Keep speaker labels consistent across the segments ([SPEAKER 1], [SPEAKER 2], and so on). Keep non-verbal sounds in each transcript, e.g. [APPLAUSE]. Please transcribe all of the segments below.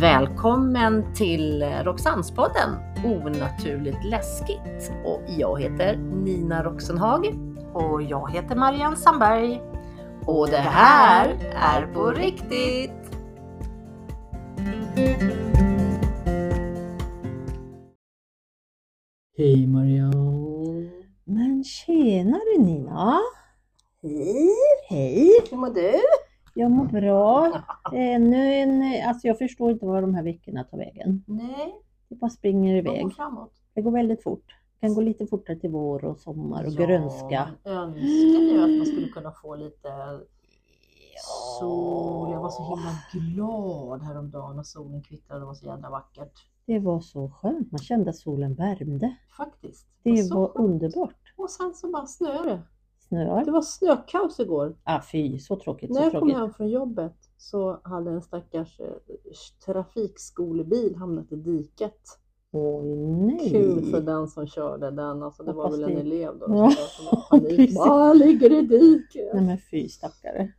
[SPEAKER 1] Välkommen till Roxannespodden Onaturligt läskigt. Och jag heter Nina Roxenhag.
[SPEAKER 2] Och jag heter Marianne Sandberg.
[SPEAKER 1] Och det här är på riktigt! Hej Marianne!
[SPEAKER 2] Men tjenare Nina!
[SPEAKER 1] Hej!
[SPEAKER 2] Hej!
[SPEAKER 1] Hur mår du?
[SPEAKER 2] Jag mår bra. Ännu en, alltså jag förstår inte var de här veckorna tar vägen.
[SPEAKER 1] Nej,
[SPEAKER 2] Det bara springer
[SPEAKER 1] jag
[SPEAKER 2] iväg.
[SPEAKER 1] mår framåt.
[SPEAKER 2] Det går väldigt fort. Det kan gå lite fortare till vår och sommar och grönska.
[SPEAKER 1] men Önskade ju att man skulle kunna få lite sol. Jag var så himla glad häromdagen när solen kvittrade. Det var så jävla vackert.
[SPEAKER 2] Det var så skönt. Man kände att solen värmde.
[SPEAKER 1] Faktiskt.
[SPEAKER 2] Det
[SPEAKER 1] så
[SPEAKER 2] var
[SPEAKER 1] skönt.
[SPEAKER 2] underbart.
[SPEAKER 1] Och sen så bara snöade det. Det
[SPEAKER 2] Snöar.
[SPEAKER 1] var snökaos igår.
[SPEAKER 2] Ah, fy, så tråkigt,
[SPEAKER 1] När
[SPEAKER 2] så
[SPEAKER 1] jag kom
[SPEAKER 2] tråkigt.
[SPEAKER 1] hem från jobbet så hade en stackars eh, trafikskolebil hamnat i diket.
[SPEAKER 2] Oj,
[SPEAKER 1] Kul för
[SPEAKER 2] nej.
[SPEAKER 1] den som körde den. Alltså, det var
[SPEAKER 2] Hoppas
[SPEAKER 1] väl en
[SPEAKER 2] det-
[SPEAKER 1] elev
[SPEAKER 2] [LAUGHS]
[SPEAKER 1] då.
[SPEAKER 2] Ja,
[SPEAKER 1] som var i panik.
[SPEAKER 2] precis.
[SPEAKER 1] Bara, ligger i diket!
[SPEAKER 2] Nej men fy stackare.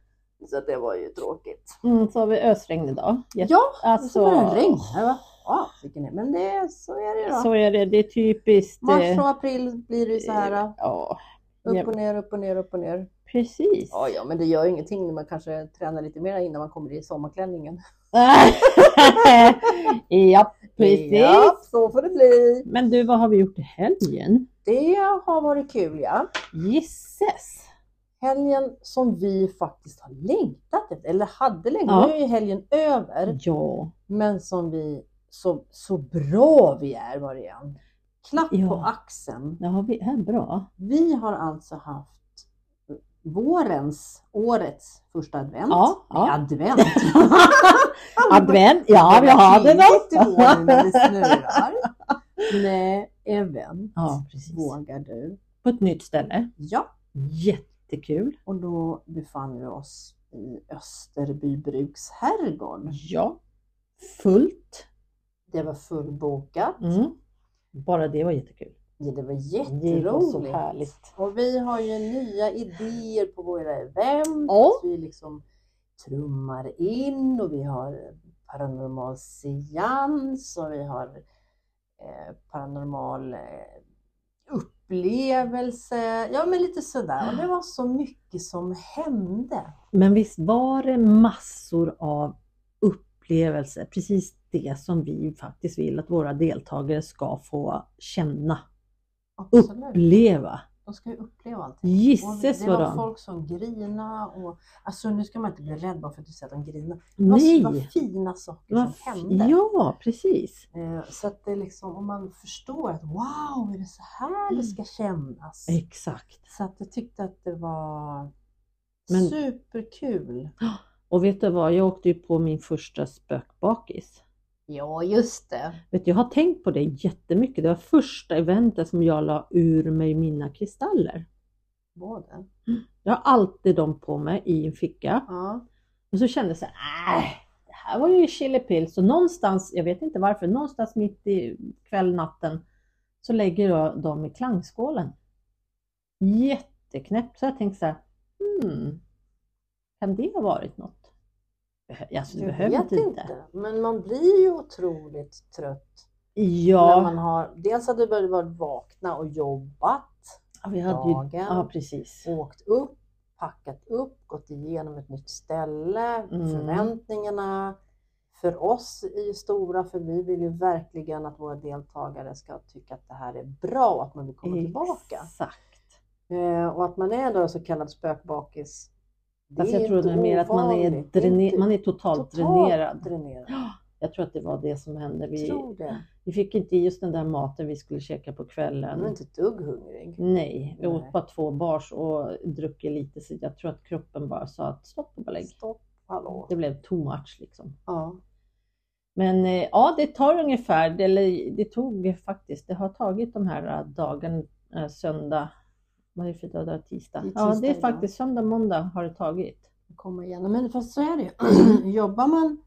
[SPEAKER 1] Så det var ju tråkigt.
[SPEAKER 2] Mm, så har vi ösregn idag. Jätte-
[SPEAKER 1] Ja, och
[SPEAKER 2] alltså,
[SPEAKER 1] så började det regna. Jag bara, "Ja, vilken är-" Men det, så är det då.
[SPEAKER 2] Så är det, det är typiskt.
[SPEAKER 1] Mars
[SPEAKER 2] eh,
[SPEAKER 1] och april blir det ju så här.
[SPEAKER 2] Ja,
[SPEAKER 1] Upp och ner, upp och ner, upp och ner.
[SPEAKER 2] precis.
[SPEAKER 1] Ja, ja, men det gör ju ingenting när man kanske tränar lite mer innan man kommer i sommarklänningen.
[SPEAKER 2] [LAUGHS] ja, precis.
[SPEAKER 1] Ja, så får det bli.
[SPEAKER 2] Men du, vad har vi gjort i helgen?
[SPEAKER 1] Det har varit kul ja.
[SPEAKER 2] Gisses!
[SPEAKER 1] Helgen som vi faktiskt har längtat efter, eller hade längtat,
[SPEAKER 2] Ja.
[SPEAKER 1] nu är ju helgen över.
[SPEAKER 2] Ja,
[SPEAKER 1] Men som vi, så, så bra vi är Marianne. Klapp på
[SPEAKER 2] Ja.
[SPEAKER 1] axeln.
[SPEAKER 2] ja vi är bra.
[SPEAKER 1] Vi har alltså haft vårens, årets första advent.
[SPEAKER 2] Ja,
[SPEAKER 1] Nej,
[SPEAKER 2] ja.
[SPEAKER 1] Advent!
[SPEAKER 2] [LAUGHS] Advent, ja vi har det
[SPEAKER 1] Det
[SPEAKER 2] då.
[SPEAKER 1] var tidigt i vår när det
[SPEAKER 2] [LAUGHS]
[SPEAKER 1] snöar. Nej, event.
[SPEAKER 2] Ja, precis.
[SPEAKER 1] Vågar du?
[SPEAKER 2] På ett nytt ställe.
[SPEAKER 1] Ja,
[SPEAKER 2] Jättekul.
[SPEAKER 1] och då befann vi oss i Österbybruks herrgård.
[SPEAKER 2] Ja. Fullt.
[SPEAKER 1] Det var fullbokat.
[SPEAKER 2] Mm. Bara det var jättekul.
[SPEAKER 1] Ja, det var
[SPEAKER 2] Det var så
[SPEAKER 1] jätteroligt.
[SPEAKER 2] härligt.
[SPEAKER 1] Och vi har ju nya idéer på våra event.
[SPEAKER 2] Ja.
[SPEAKER 1] Vi liksom trummar in och vi har paranormal seans och vi har eh, paranormal eh, upplevelse. Ja, men lite sådär. Och det var så mycket som hände.
[SPEAKER 2] Men visst var det massor av upplevelser, precis det som vi faktiskt vill att våra deltagare ska få känna,
[SPEAKER 1] Absolut.
[SPEAKER 2] uppleva.
[SPEAKER 1] De ska ju uppleva allting. Och
[SPEAKER 2] Gisses
[SPEAKER 1] det
[SPEAKER 2] vad
[SPEAKER 1] var
[SPEAKER 2] de...
[SPEAKER 1] folk som grina och alltså nu ska man inte bli rädd bara för att du säger att de grinar. Det var, det var
[SPEAKER 2] Nej!
[SPEAKER 1] Alltså, fina saker
[SPEAKER 2] vad
[SPEAKER 1] som
[SPEAKER 2] f-
[SPEAKER 1] hände.
[SPEAKER 2] Ja, precis.
[SPEAKER 1] Eh, Så att det är liksom, om man förstår att wow, är det så här det ska kännas?
[SPEAKER 2] Mm. Exakt.
[SPEAKER 1] Så att jag tyckte att det var
[SPEAKER 2] Men- [GASPS]
[SPEAKER 1] superkul.
[SPEAKER 2] Och vet du vad, jag åkte ju på min första spökbakis.
[SPEAKER 1] Ja, just det.
[SPEAKER 2] Vet du, jag har tänkt på det jättemycket. Det var första eventet som jag la ur mig mina kristaller.
[SPEAKER 1] Var det?
[SPEAKER 2] Jag har alltid dem på mig i en ficka.
[SPEAKER 1] Ja.
[SPEAKER 2] Och så kände jag så här, "Äh, det här var ju chilipill. Så någonstans, jag vet inte varför, någonstans mitt i kväll, natten så lägger jag dem i klangskålen. Jätteknäppt. Så jag tänkte så här, hmm, kan det ha varit något? Behö- Alltså, det
[SPEAKER 1] Jag
[SPEAKER 2] behöver
[SPEAKER 1] vet
[SPEAKER 2] inte.
[SPEAKER 1] inte. Men man blir ju otroligt trött. När
[SPEAKER 2] Ja,
[SPEAKER 1] man har, dels hade man varit vakna och jobbat,
[SPEAKER 2] ja, vi hade ju,
[SPEAKER 1] dagen.
[SPEAKER 2] ja precis.
[SPEAKER 1] åkt upp, packat upp, gått igenom ett nytt ställe,
[SPEAKER 2] Mm.
[SPEAKER 1] förväntningarna för oss är ju stora, för vi vill ju verkligen att våra deltagare ska tycka att det här är bra och att man vill komma tillbaka.
[SPEAKER 2] Exakt.
[SPEAKER 1] Eh, Och att man är då så kallad spökbakis, det
[SPEAKER 2] Fast Alltså, jag
[SPEAKER 1] är
[SPEAKER 2] tror det
[SPEAKER 1] inte
[SPEAKER 2] är mer att man är,
[SPEAKER 1] ovanligt. Det är
[SPEAKER 2] dräne-
[SPEAKER 1] inte
[SPEAKER 2] man är totalt, dränerad.
[SPEAKER 1] dränerad.
[SPEAKER 2] Jag tror att det var det som hände.
[SPEAKER 1] Jag
[SPEAKER 2] [GASPS] Vi,
[SPEAKER 1] tror det.
[SPEAKER 2] vi fick inte just den där maten vi skulle käka på kvällen.
[SPEAKER 1] Man är inte ett dugg hungrig.
[SPEAKER 2] Nej, vi
[SPEAKER 1] Mm. Nej.
[SPEAKER 2] åt bara två bars och druckit lite så jag tror att kroppen bara sa att stopp och belägg.
[SPEAKER 1] Stopp, hallå.
[SPEAKER 2] Mm. Det blev too much liksom.
[SPEAKER 1] Ja.
[SPEAKER 2] Men eh, ja, det tar ungefär, det- eller det tog faktiskt, det har tagit de här eh, dagarna, eh, söndag, vad är det för dag? idag? Tisdag.
[SPEAKER 1] Det är
[SPEAKER 2] Ja,
[SPEAKER 1] tisdag
[SPEAKER 2] det är
[SPEAKER 1] idag.
[SPEAKER 2] faktiskt söndag, måndag har det tagit.
[SPEAKER 1] komma igenom. Men fast så är det ju. [CLEARS THROAT] Jobbar man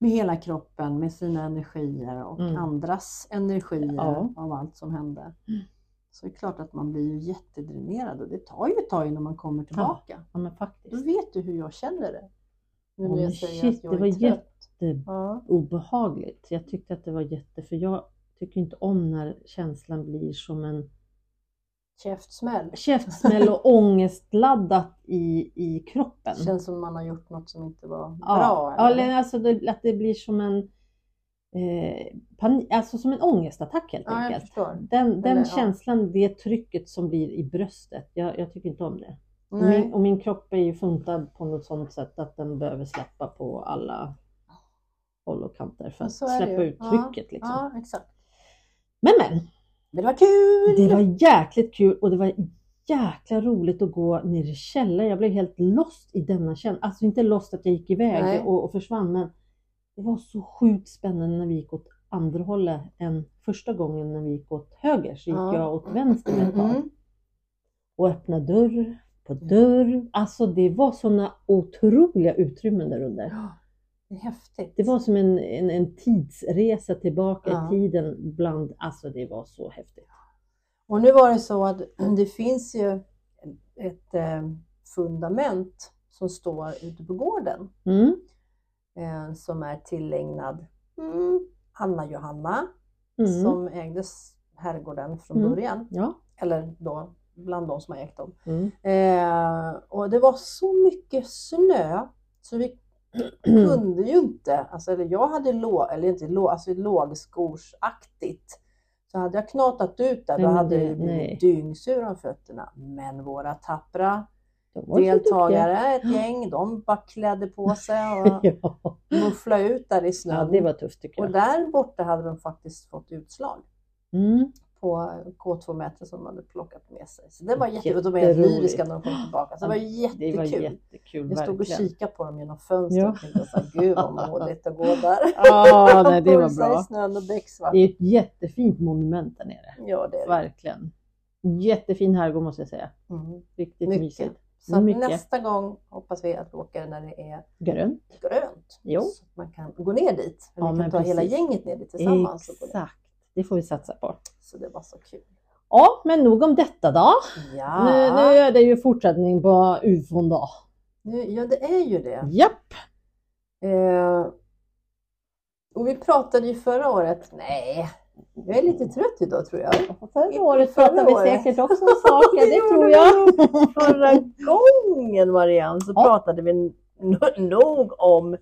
[SPEAKER 1] med hela kroppen, med sina energier och
[SPEAKER 2] Mm.
[SPEAKER 1] andras energier
[SPEAKER 2] Ja. Mm.
[SPEAKER 1] av allt som hände. Så är det klart att man blir ju jättedränerad och det tar ju ett tag innan man kommer tillbaka.
[SPEAKER 2] Ja, men
[SPEAKER 1] Då
[SPEAKER 2] faktiskt.
[SPEAKER 1] vet du hur jag känner det. Nu när
[SPEAKER 2] Ja, men
[SPEAKER 1] jag säger
[SPEAKER 2] shit,
[SPEAKER 1] att
[SPEAKER 2] det
[SPEAKER 1] jag
[SPEAKER 2] var
[SPEAKER 1] är trött.
[SPEAKER 2] jätte-
[SPEAKER 1] Ja.
[SPEAKER 2] obehagligt. Jag tyckte att det var jätte, för jag tycker inte om när känslan blir som en
[SPEAKER 1] Käftsmäll. [LAUGHS]
[SPEAKER 2] käftsmäll och ångestladdat i, i kroppen.
[SPEAKER 1] Känns som man har gjort något som inte var
[SPEAKER 2] ja.
[SPEAKER 1] bra.
[SPEAKER 2] Ja,
[SPEAKER 1] eller?
[SPEAKER 2] eller alltså det, att det blir som en eh, panik, alltså som en ångestattack helt
[SPEAKER 1] ja jag
[SPEAKER 2] enkelt.
[SPEAKER 1] förstår.
[SPEAKER 2] Den, den
[SPEAKER 1] Eller, ja.
[SPEAKER 2] känslan, det trycket som blir i bröstet, jag, jag tycker inte om det. Och
[SPEAKER 1] Nej.
[SPEAKER 2] Min, och min kropp är ju funtad på något sånt sätt att den behöver släppa på alla håll och kanter för
[SPEAKER 1] Ja,
[SPEAKER 2] att
[SPEAKER 1] så är det
[SPEAKER 2] släppa
[SPEAKER 1] ju.
[SPEAKER 2] ut
[SPEAKER 1] Ja,
[SPEAKER 2] trycket. Liksom.
[SPEAKER 1] Ja, exakt.
[SPEAKER 2] Men men,
[SPEAKER 1] Men det var kul!
[SPEAKER 2] det var jäkligt kul och det var jäkla roligt att gå ner i källaren. Jag blev helt lost i denna känsla. Alltså inte lost att jag gick
[SPEAKER 1] Nej.
[SPEAKER 2] iväg och, och försvann men det var så sjukt spännande när vi gick åt andra hållet än första gången när vi gick åt höger så gick
[SPEAKER 1] Ja.
[SPEAKER 2] jag åt vänster
[SPEAKER 1] [CLEARS THROAT]
[SPEAKER 2] ett tag
[SPEAKER 1] Mm.
[SPEAKER 2] och öppna dörr på dörr. Alltså det var sådana otroliga utrymmen där under.
[SPEAKER 1] Ja, Det är häftigt.
[SPEAKER 2] Det var som en, en, en tidsresa tillbaka
[SPEAKER 1] Ja.
[SPEAKER 2] i tiden bland, alltså det var så häftigt.
[SPEAKER 1] Och nu var det så att [CLEARS THROAT] det finns ju ett eh, fundament som står ute på gården
[SPEAKER 2] Mm.
[SPEAKER 1] eh, som är tillägnad mm, Anna Johanna
[SPEAKER 2] Mm.
[SPEAKER 1] som ägdes herrgården från
[SPEAKER 2] Mm.
[SPEAKER 1] början.
[SPEAKER 2] Ja.
[SPEAKER 1] Eller då bland de som har ägt dem.
[SPEAKER 2] Mm.
[SPEAKER 1] Eh, och det var så mycket snö så vi
[SPEAKER 2] Mm.
[SPEAKER 1] kunde ju inte, alltså, eller jag hade låg, eller inte låg, alltså lågskorsaktigt. Så hade jag knatat ut där, då
[SPEAKER 2] Nej, men
[SPEAKER 1] hade
[SPEAKER 2] det-
[SPEAKER 1] jag ju
[SPEAKER 2] nej.
[SPEAKER 1] blivit dyngsur om fötterna. Men våra tappra
[SPEAKER 2] De var så [LAUGHS]
[SPEAKER 1] deltagare, ett gäng, de bara klädde på sig och
[SPEAKER 2] duktiga. Ja.
[SPEAKER 1] mufflade ut där i
[SPEAKER 2] ja,
[SPEAKER 1] snön.
[SPEAKER 2] det var tufft tycker
[SPEAKER 1] och
[SPEAKER 2] jag.
[SPEAKER 1] där borta hade de faktiskt fått utslag
[SPEAKER 2] Mm.
[SPEAKER 1] på K2-meter som de hade plockat med sig. Så det var jätteroligt. De var helt
[SPEAKER 2] Jätteroligt.
[SPEAKER 1] lyriska när de kom tillbaka. Så det var
[SPEAKER 2] Det var
[SPEAKER 1] jättekul.
[SPEAKER 2] jättekul
[SPEAKER 1] Jag stod och
[SPEAKER 2] verkligen.
[SPEAKER 1] kikade på dem genom fönstret
[SPEAKER 2] Ja.
[SPEAKER 1] och tänkte så här, gud vad modigt att gå
[SPEAKER 2] [LAUGHS]
[SPEAKER 1] där.
[SPEAKER 2] Ja, nej,
[SPEAKER 1] [LAUGHS]
[SPEAKER 2] det
[SPEAKER 1] Och
[SPEAKER 2] var
[SPEAKER 1] så i
[SPEAKER 2] bra.
[SPEAKER 1] snön och becksvart.
[SPEAKER 2] Det är ett jättefint monument där nere.
[SPEAKER 1] Ja, det är det.
[SPEAKER 2] Verkligen. Jättefin herrgård måste jag säga.
[SPEAKER 1] Mm.
[SPEAKER 2] Riktigt
[SPEAKER 1] Mycket.
[SPEAKER 2] mysigt.
[SPEAKER 1] Så att
[SPEAKER 2] Mycket.
[SPEAKER 1] nästa gång hoppas vi att vi åker när det är
[SPEAKER 2] Grön.
[SPEAKER 1] grönt.
[SPEAKER 2] Jo.
[SPEAKER 1] Så att man kan gå ner dit. Eller
[SPEAKER 2] Ja,
[SPEAKER 1] vi kan
[SPEAKER 2] men
[SPEAKER 1] ta hela
[SPEAKER 2] precis.
[SPEAKER 1] gänget ner dit tillsammans. Och gå ner.
[SPEAKER 2] Exakt. Det får vi satsa på.
[SPEAKER 1] Så det var så kul.
[SPEAKER 2] Ja, men nog om detta då.
[SPEAKER 1] Ja,
[SPEAKER 2] Nu, nu är det ju fortsättning på ufon då.
[SPEAKER 1] Nu, ja det är ju det.
[SPEAKER 2] Japp!
[SPEAKER 1] Eh, och vi pratade ju förra året, nej, jag är lite trött idag tror jag.
[SPEAKER 2] Förra året pratade
[SPEAKER 1] Förra
[SPEAKER 2] vi
[SPEAKER 1] året.
[SPEAKER 2] säkert också om
[SPEAKER 1] [LAUGHS]
[SPEAKER 2] saker,
[SPEAKER 1] Det
[SPEAKER 2] det
[SPEAKER 1] gjorde
[SPEAKER 2] tror
[SPEAKER 1] vi.
[SPEAKER 2] jag.
[SPEAKER 1] Förra gången Marianne så
[SPEAKER 2] Ja.
[SPEAKER 1] pratade vi no- nog om,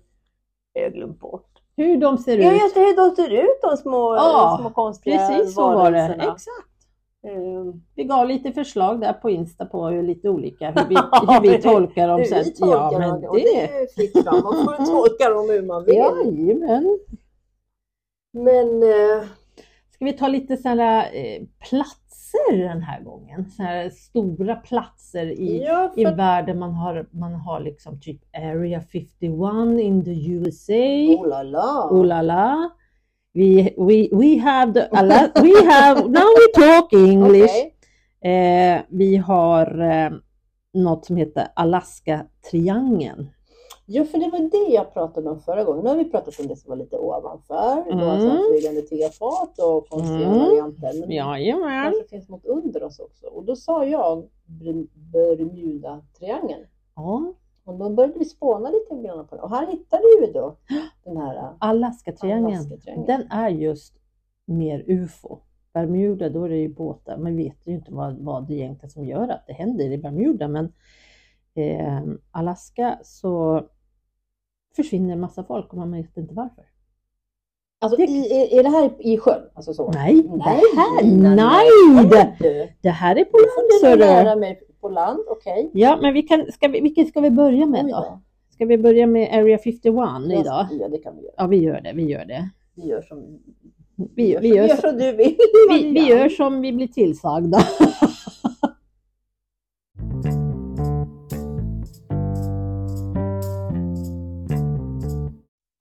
[SPEAKER 1] jag har glömt bort,
[SPEAKER 2] Hur de ser
[SPEAKER 1] ja,
[SPEAKER 2] ut.
[SPEAKER 1] just det, hur de ser ut de små,
[SPEAKER 2] Ja,
[SPEAKER 1] små konstiga
[SPEAKER 2] Precis så var det.
[SPEAKER 1] varelserna.
[SPEAKER 2] Exakt.
[SPEAKER 1] Ehm,
[SPEAKER 2] Vi gav lite förslag där på Insta på hur lite
[SPEAKER 1] [LAUGHS]
[SPEAKER 2] olika hur vi,
[SPEAKER 1] Ja,
[SPEAKER 2] hur vi
[SPEAKER 1] det-
[SPEAKER 2] tolkar dem.
[SPEAKER 1] hur
[SPEAKER 2] sen.
[SPEAKER 1] vi tolkar
[SPEAKER 2] ja, men
[SPEAKER 1] dem, och det
[SPEAKER 2] det...
[SPEAKER 1] är ju fritt fram, man får
[SPEAKER 2] [LAUGHS]
[SPEAKER 1] tolka dem hur man vill.
[SPEAKER 2] Jajamän.
[SPEAKER 1] Men eh,
[SPEAKER 2] Ska vi ta lite sådana eh, platser den här gången? Såna här stora platser i
[SPEAKER 1] ja,
[SPEAKER 2] i
[SPEAKER 1] för
[SPEAKER 2] världen man har, man har liksom typ Area 51 in the USA.
[SPEAKER 1] Oh la la!
[SPEAKER 2] Oh la la. We, we, we have the, alla, we have, now we
[SPEAKER 1] [LAUGHS]
[SPEAKER 2] talk English.
[SPEAKER 1] Okej.
[SPEAKER 2] Eh, vi har eh, något som heter Alaska-triangeln.
[SPEAKER 1] Jo, för det var det jag pratade om förra gången. Nu har vi pratat om det som var lite ovanför. Mm.
[SPEAKER 2] Mm.
[SPEAKER 1] Alltså flygande tefat och konstiga
[SPEAKER 2] Mm.
[SPEAKER 1] varianter. Men det
[SPEAKER 2] Jajamän.
[SPEAKER 1] kanske finns något under oss också. Och då sa jag Br- Bermuda-triangeln.
[SPEAKER 2] Ja,
[SPEAKER 1] Och då började vi spåna lite grann på det. Och här hittade vi då den här
[SPEAKER 2] Alaska-triangeln.
[SPEAKER 1] Alaska-triangeln.
[SPEAKER 2] Den är just mer UFO. Bermuda, då är det ju båtar. Man vet ju inte vad, vad det egentligen som gör att det händer i Bermuda. Men eh, Alaska så försvinner en massa folk och man vet inte varför.
[SPEAKER 1] Alltså, i, är, är det här i sjön? Alltså så?
[SPEAKER 2] Nej, det här,
[SPEAKER 1] Nina,
[SPEAKER 2] nej! Det,
[SPEAKER 1] Du,
[SPEAKER 2] det här är på
[SPEAKER 1] du får
[SPEAKER 2] land
[SPEAKER 1] kunna
[SPEAKER 2] ser du.
[SPEAKER 1] lära mig på land, okej.
[SPEAKER 2] Ja, men vi kan, ska vi, vilken ska vi börja med då? Ska vi börja med Area 51 idag?
[SPEAKER 1] Ja, det kan vi göra.
[SPEAKER 2] Ja, vi gör det, vi gör det.
[SPEAKER 1] Vi gör som,
[SPEAKER 2] Vi, vi, gör, så,
[SPEAKER 1] som du vill.
[SPEAKER 2] vi, vi gör som vi blir tillsagda. [LAUGHS]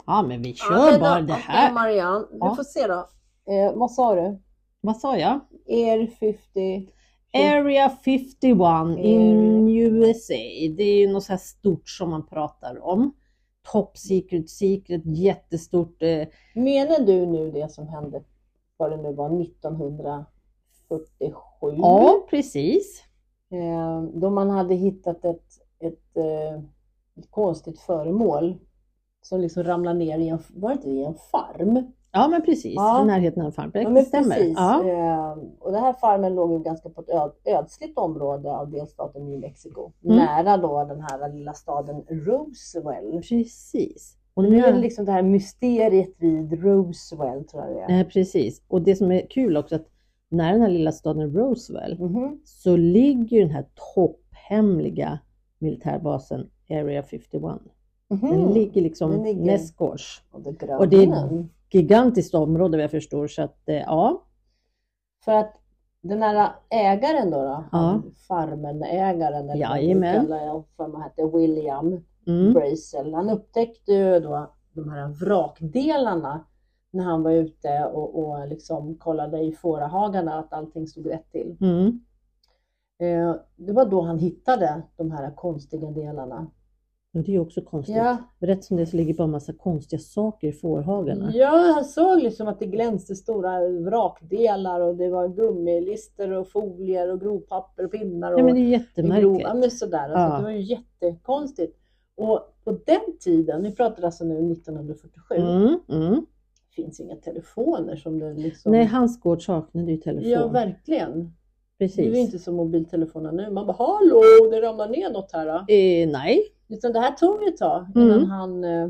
[SPEAKER 2] Ja, men vi kör
[SPEAKER 1] men
[SPEAKER 2] bara
[SPEAKER 1] då,
[SPEAKER 2] det
[SPEAKER 1] okej,
[SPEAKER 2] här.
[SPEAKER 1] Marianne, vi
[SPEAKER 2] Ja.
[SPEAKER 1] får se då. Eh, vad sa du?
[SPEAKER 2] Vad sa jag?
[SPEAKER 1] Er 50...
[SPEAKER 2] Area 51 in USA. Det är ju något så här stort som man pratar om. Top secret, secret, jättestort.
[SPEAKER 1] Mm.
[SPEAKER 2] Eh,
[SPEAKER 1] Menar du nu det som hände, vad det nu var, 1947?
[SPEAKER 2] ja, precis.
[SPEAKER 1] Eh, då man hade hittat ett, ett eh, ett konstigt föremål som liksom ramlar ner i en, var det inte i en farm?
[SPEAKER 2] Ja men precis,
[SPEAKER 1] Ja.
[SPEAKER 2] i närheten av en farm. Det
[SPEAKER 1] Ja, men
[SPEAKER 2] stämmer.
[SPEAKER 1] precis.
[SPEAKER 2] Ja.
[SPEAKER 1] Eh, och den här farmen låg ju ganska på ett öd, ödsligt område av delstaten New Mexico.
[SPEAKER 2] Mm.
[SPEAKER 1] Nära då den här lilla staden Roswell.
[SPEAKER 2] Precis.
[SPEAKER 1] Och nu är det liksom det här mysteriet vid Roswell tror jag det är.
[SPEAKER 2] Eh, precis. Och det som är kul också att när den här lilla staden Roswell
[SPEAKER 1] Mhm.
[SPEAKER 2] så ligger ju den här topphemliga militärbasen Area 51.
[SPEAKER 1] Mhm.
[SPEAKER 2] Den ligger liksom
[SPEAKER 1] Den ligger-
[SPEAKER 2] nästgårds.
[SPEAKER 1] Och det gröna.
[SPEAKER 2] Och det är gigantiskt område vad jag förstår så att eh, ja,
[SPEAKER 1] För att den här ägaren då, då
[SPEAKER 2] Ja.
[SPEAKER 1] han- farmen-ägaren, eller vad man
[SPEAKER 2] Jajamän.
[SPEAKER 1] kallar jag för man hette William
[SPEAKER 2] mm,
[SPEAKER 1] Brazel. Han upptäckte ju då de här vrakdelarna när han var ute och, och liksom kollade i fårahagarna att allting stod rätt till.
[SPEAKER 2] mm,
[SPEAKER 1] Eh, det var då han hittade de här konstiga delarna.
[SPEAKER 2] och det är ju också konstigt.
[SPEAKER 1] Ja,
[SPEAKER 2] Rätt som det så ligger bara en massa konstiga saker i fårhagarna.
[SPEAKER 1] Ja, han såg liksom att det glänste stora vrakdelar och det var gummilister och folier och grovpapper och pinnar och
[SPEAKER 2] Ja men det är ju
[SPEAKER 1] grov,
[SPEAKER 2] jättemärkligt.
[SPEAKER 1] ja, men sådär. Alltså,
[SPEAKER 2] Ja.
[SPEAKER 1] Det var ju jättekonstigt. Och på den tiden, vi pratar alltså nu 1947,
[SPEAKER 2] Mm, mm.
[SPEAKER 1] finns inga telefoner som det liksom...
[SPEAKER 2] Nej, hans gård saknade ju telefon.
[SPEAKER 1] ja, verkligen. Det är ju
[SPEAKER 2] Precis.
[SPEAKER 1] inte som mobiltelefonerna nu. Man bara ”Hallå, det ramlar ner något här”. Då.
[SPEAKER 2] Eh, nej.
[SPEAKER 1] Utan det här tog ju ett tag
[SPEAKER 2] Mm.
[SPEAKER 1] innan han eh,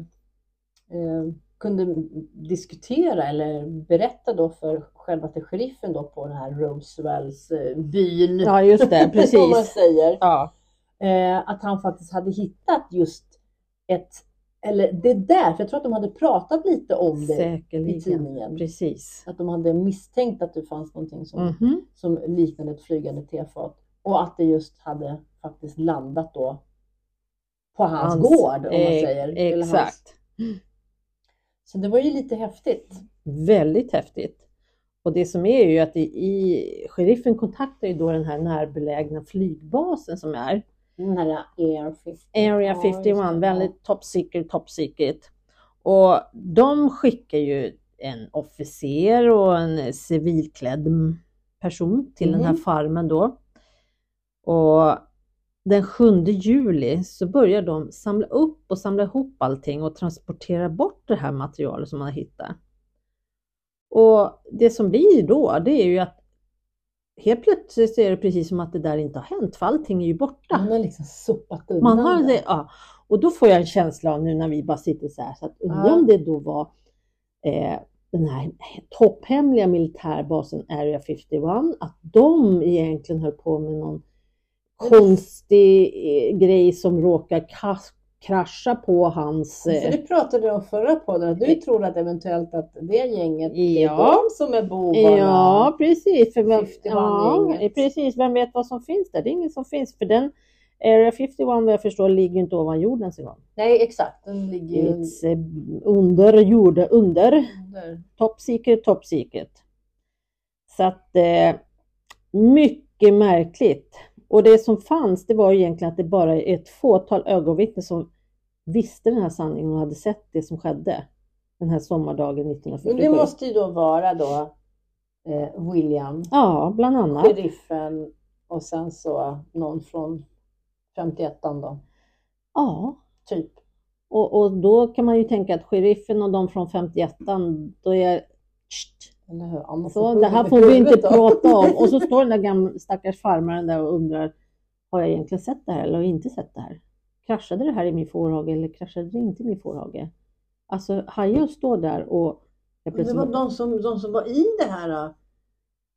[SPEAKER 1] eh, kunde diskutera eller berätta då för själva till sheriffen då på den här Roswells eh, byn, [LAUGHS]
[SPEAKER 2] Ja, just det.
[SPEAKER 1] som man
[SPEAKER 2] Precis.
[SPEAKER 1] säger,
[SPEAKER 2] Ja.
[SPEAKER 1] eh, att han faktiskt hade hittat just ett, eller det där, för jag tror att de hade pratat lite om det i
[SPEAKER 2] Säkerligen.
[SPEAKER 1] tidningen.
[SPEAKER 2] Precis.
[SPEAKER 1] Att de hade misstänkt att det fanns någonting som,
[SPEAKER 2] Mhm.
[SPEAKER 1] som liknade ett flygande tefat och att det just hade faktiskt landat då på hans,
[SPEAKER 2] Hans-
[SPEAKER 1] gård om man
[SPEAKER 2] Eh,
[SPEAKER 1] säger. Eller hans-
[SPEAKER 2] Exakt.
[SPEAKER 1] Så det var ju lite häftigt.
[SPEAKER 2] Väldigt häftigt. Och det som är ju att i, i, sheriffen kontaktar ju då den här närbelägna flygbasen som är
[SPEAKER 1] Den här Air 50.
[SPEAKER 2] Area
[SPEAKER 1] Ja, just
[SPEAKER 2] 51,
[SPEAKER 1] det.
[SPEAKER 2] väldigt top secret, top secret. Och de skickar ju en officer och en civilklädd m- person till den här
[SPEAKER 1] Mhm.
[SPEAKER 2] farmen då. Och den 7 juli så börjar de samla upp och samla ihop allting och transportera bort det här materialet som man har hittat. Och det som blir då, det är ju att helt plötsligt så är det precis som att det där inte har hänt, för allting är ju borta.
[SPEAKER 1] Man har liksom sopat undan
[SPEAKER 2] Man har det, ja. Och då får jag en känsla av nu när vi bara sitter så här, så att undra
[SPEAKER 1] Ja.
[SPEAKER 2] om det då var eh, den här topphemliga militärbasen Area 51, att de egentligen höll på med någon konstig eh, grej som råkar kas- krascha på hans...
[SPEAKER 1] För
[SPEAKER 2] Eh,
[SPEAKER 1] det pratade jag om förra podden, att du tror att eventuellt att det gänget, det är
[SPEAKER 2] Ja.
[SPEAKER 1] de som är bovarna.
[SPEAKER 2] ja, precis. För vem,
[SPEAKER 1] 51
[SPEAKER 2] ja,
[SPEAKER 1] gänget.
[SPEAKER 2] precis. Vem vet vad som finns där? Det är ingen som finns. För den Area 51, vad jag förstår, ligger ju inte ovan jorden ens en gång.
[SPEAKER 1] Nej, exakt. Den ligger ju
[SPEAKER 2] It's eh, under jord, under.
[SPEAKER 1] under.
[SPEAKER 2] Top secret, top secret. Så att eh, mycket märkligt. Och det som fanns det var ju egentligen att det bara är ett fåtal ögonvittnen som visste den här sanningen och hade sett det som skedde den här sommardagen
[SPEAKER 1] Men
[SPEAKER 2] 1947.
[SPEAKER 1] det måste ju då vara då eh, William,
[SPEAKER 2] Ja, bland annat.
[SPEAKER 1] sheriffen och sen så någon från 51 då,
[SPEAKER 2] Ja.
[SPEAKER 1] typ.
[SPEAKER 2] Och, och då kan man ju tänka att sheriffen och de från 51 då är Sht.
[SPEAKER 1] Eller hur? Ja, man
[SPEAKER 2] Så det här
[SPEAKER 1] huvudet
[SPEAKER 2] får vi inte
[SPEAKER 1] då.
[SPEAKER 2] prata om. Och så står den där gamla stackars farmaren där och undrar, har jag egentligen sett det här eller har jag inte sett det här? Kraschade det här i min fårhage eller kraschade det inte i min fårhage? Alltså hajar står där och jag
[SPEAKER 1] Men Det
[SPEAKER 2] plötsligt,
[SPEAKER 1] var de som, de som var i det här eh,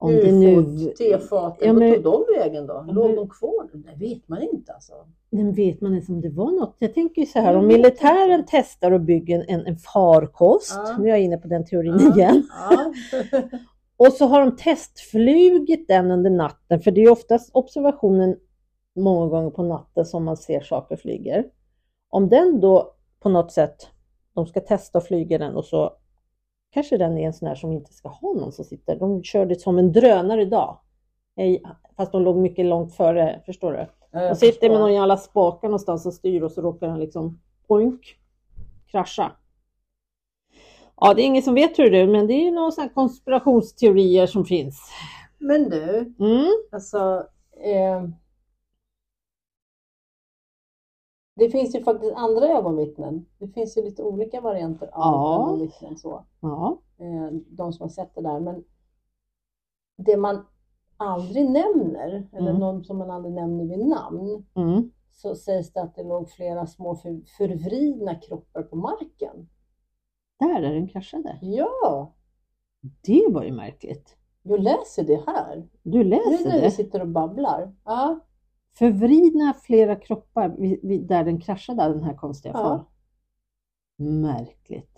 [SPEAKER 2] om det nu,
[SPEAKER 1] tefatet,
[SPEAKER 2] Ja, men-
[SPEAKER 1] vart tog de vägen då?
[SPEAKER 2] men-
[SPEAKER 1] Låg de kvar? Det vet man inte
[SPEAKER 2] [LAUGHS]
[SPEAKER 1] alltså.
[SPEAKER 2] den vet man ens om det var något. Jag tänker ju så här,
[SPEAKER 1] Jag
[SPEAKER 2] om
[SPEAKER 1] vet
[SPEAKER 2] militären
[SPEAKER 1] inte.
[SPEAKER 2] testar och bygger en, en farkost,
[SPEAKER 1] Ja.
[SPEAKER 2] nu är jag inne på den teorin
[SPEAKER 1] Ja.
[SPEAKER 2] igen,
[SPEAKER 1] Ja.
[SPEAKER 2] Och så har de testflugit den under natten, för det är ju oftast observationen många gånger på natten som man ser saker flyger. Om den då på något sätt, de ska testa och flyga den och så kanske den är en sån här som inte ska ha någon som sitter. De körde som en drönare idag. Ej, Fast de låg mycket långt före, förstår du?
[SPEAKER 1] Ja, jag
[SPEAKER 2] De sitter med
[SPEAKER 1] förstår.
[SPEAKER 2] någon jävla spaka någonstans och styr och så råkar den liksom poink, krascha. Ja, det är ingen som vet hur det är, men det är några sådana här konspirationsteorier som finns.
[SPEAKER 1] Men du,
[SPEAKER 2] Mm.
[SPEAKER 1] alltså. Eh, Det finns ju faktiskt andra ögonvittnen. Det finns ju lite olika varianter av
[SPEAKER 2] Ja.
[SPEAKER 1] ögonvittnen. Så.
[SPEAKER 2] Ja,
[SPEAKER 1] eh, de som har sett det där. Men det man aldrig nämner, eller
[SPEAKER 2] Mm.
[SPEAKER 1] någon som man aldrig nämner vid namn,
[SPEAKER 2] mm.
[SPEAKER 1] så sägs det att det låg flera små för, förvridna kroppar på marken.
[SPEAKER 2] där är den kraschade.
[SPEAKER 1] Ja,
[SPEAKER 2] Det var ju märkligt.
[SPEAKER 1] du läser det här.
[SPEAKER 2] Du
[SPEAKER 1] Nu
[SPEAKER 2] läser
[SPEAKER 1] när vi
[SPEAKER 2] det.
[SPEAKER 1] sitter och babblar. Ja,
[SPEAKER 2] Förvridna flera kroppar vid, vid, där den kraschade, den här konstiga
[SPEAKER 1] Ja.
[SPEAKER 2] far. Märkligt.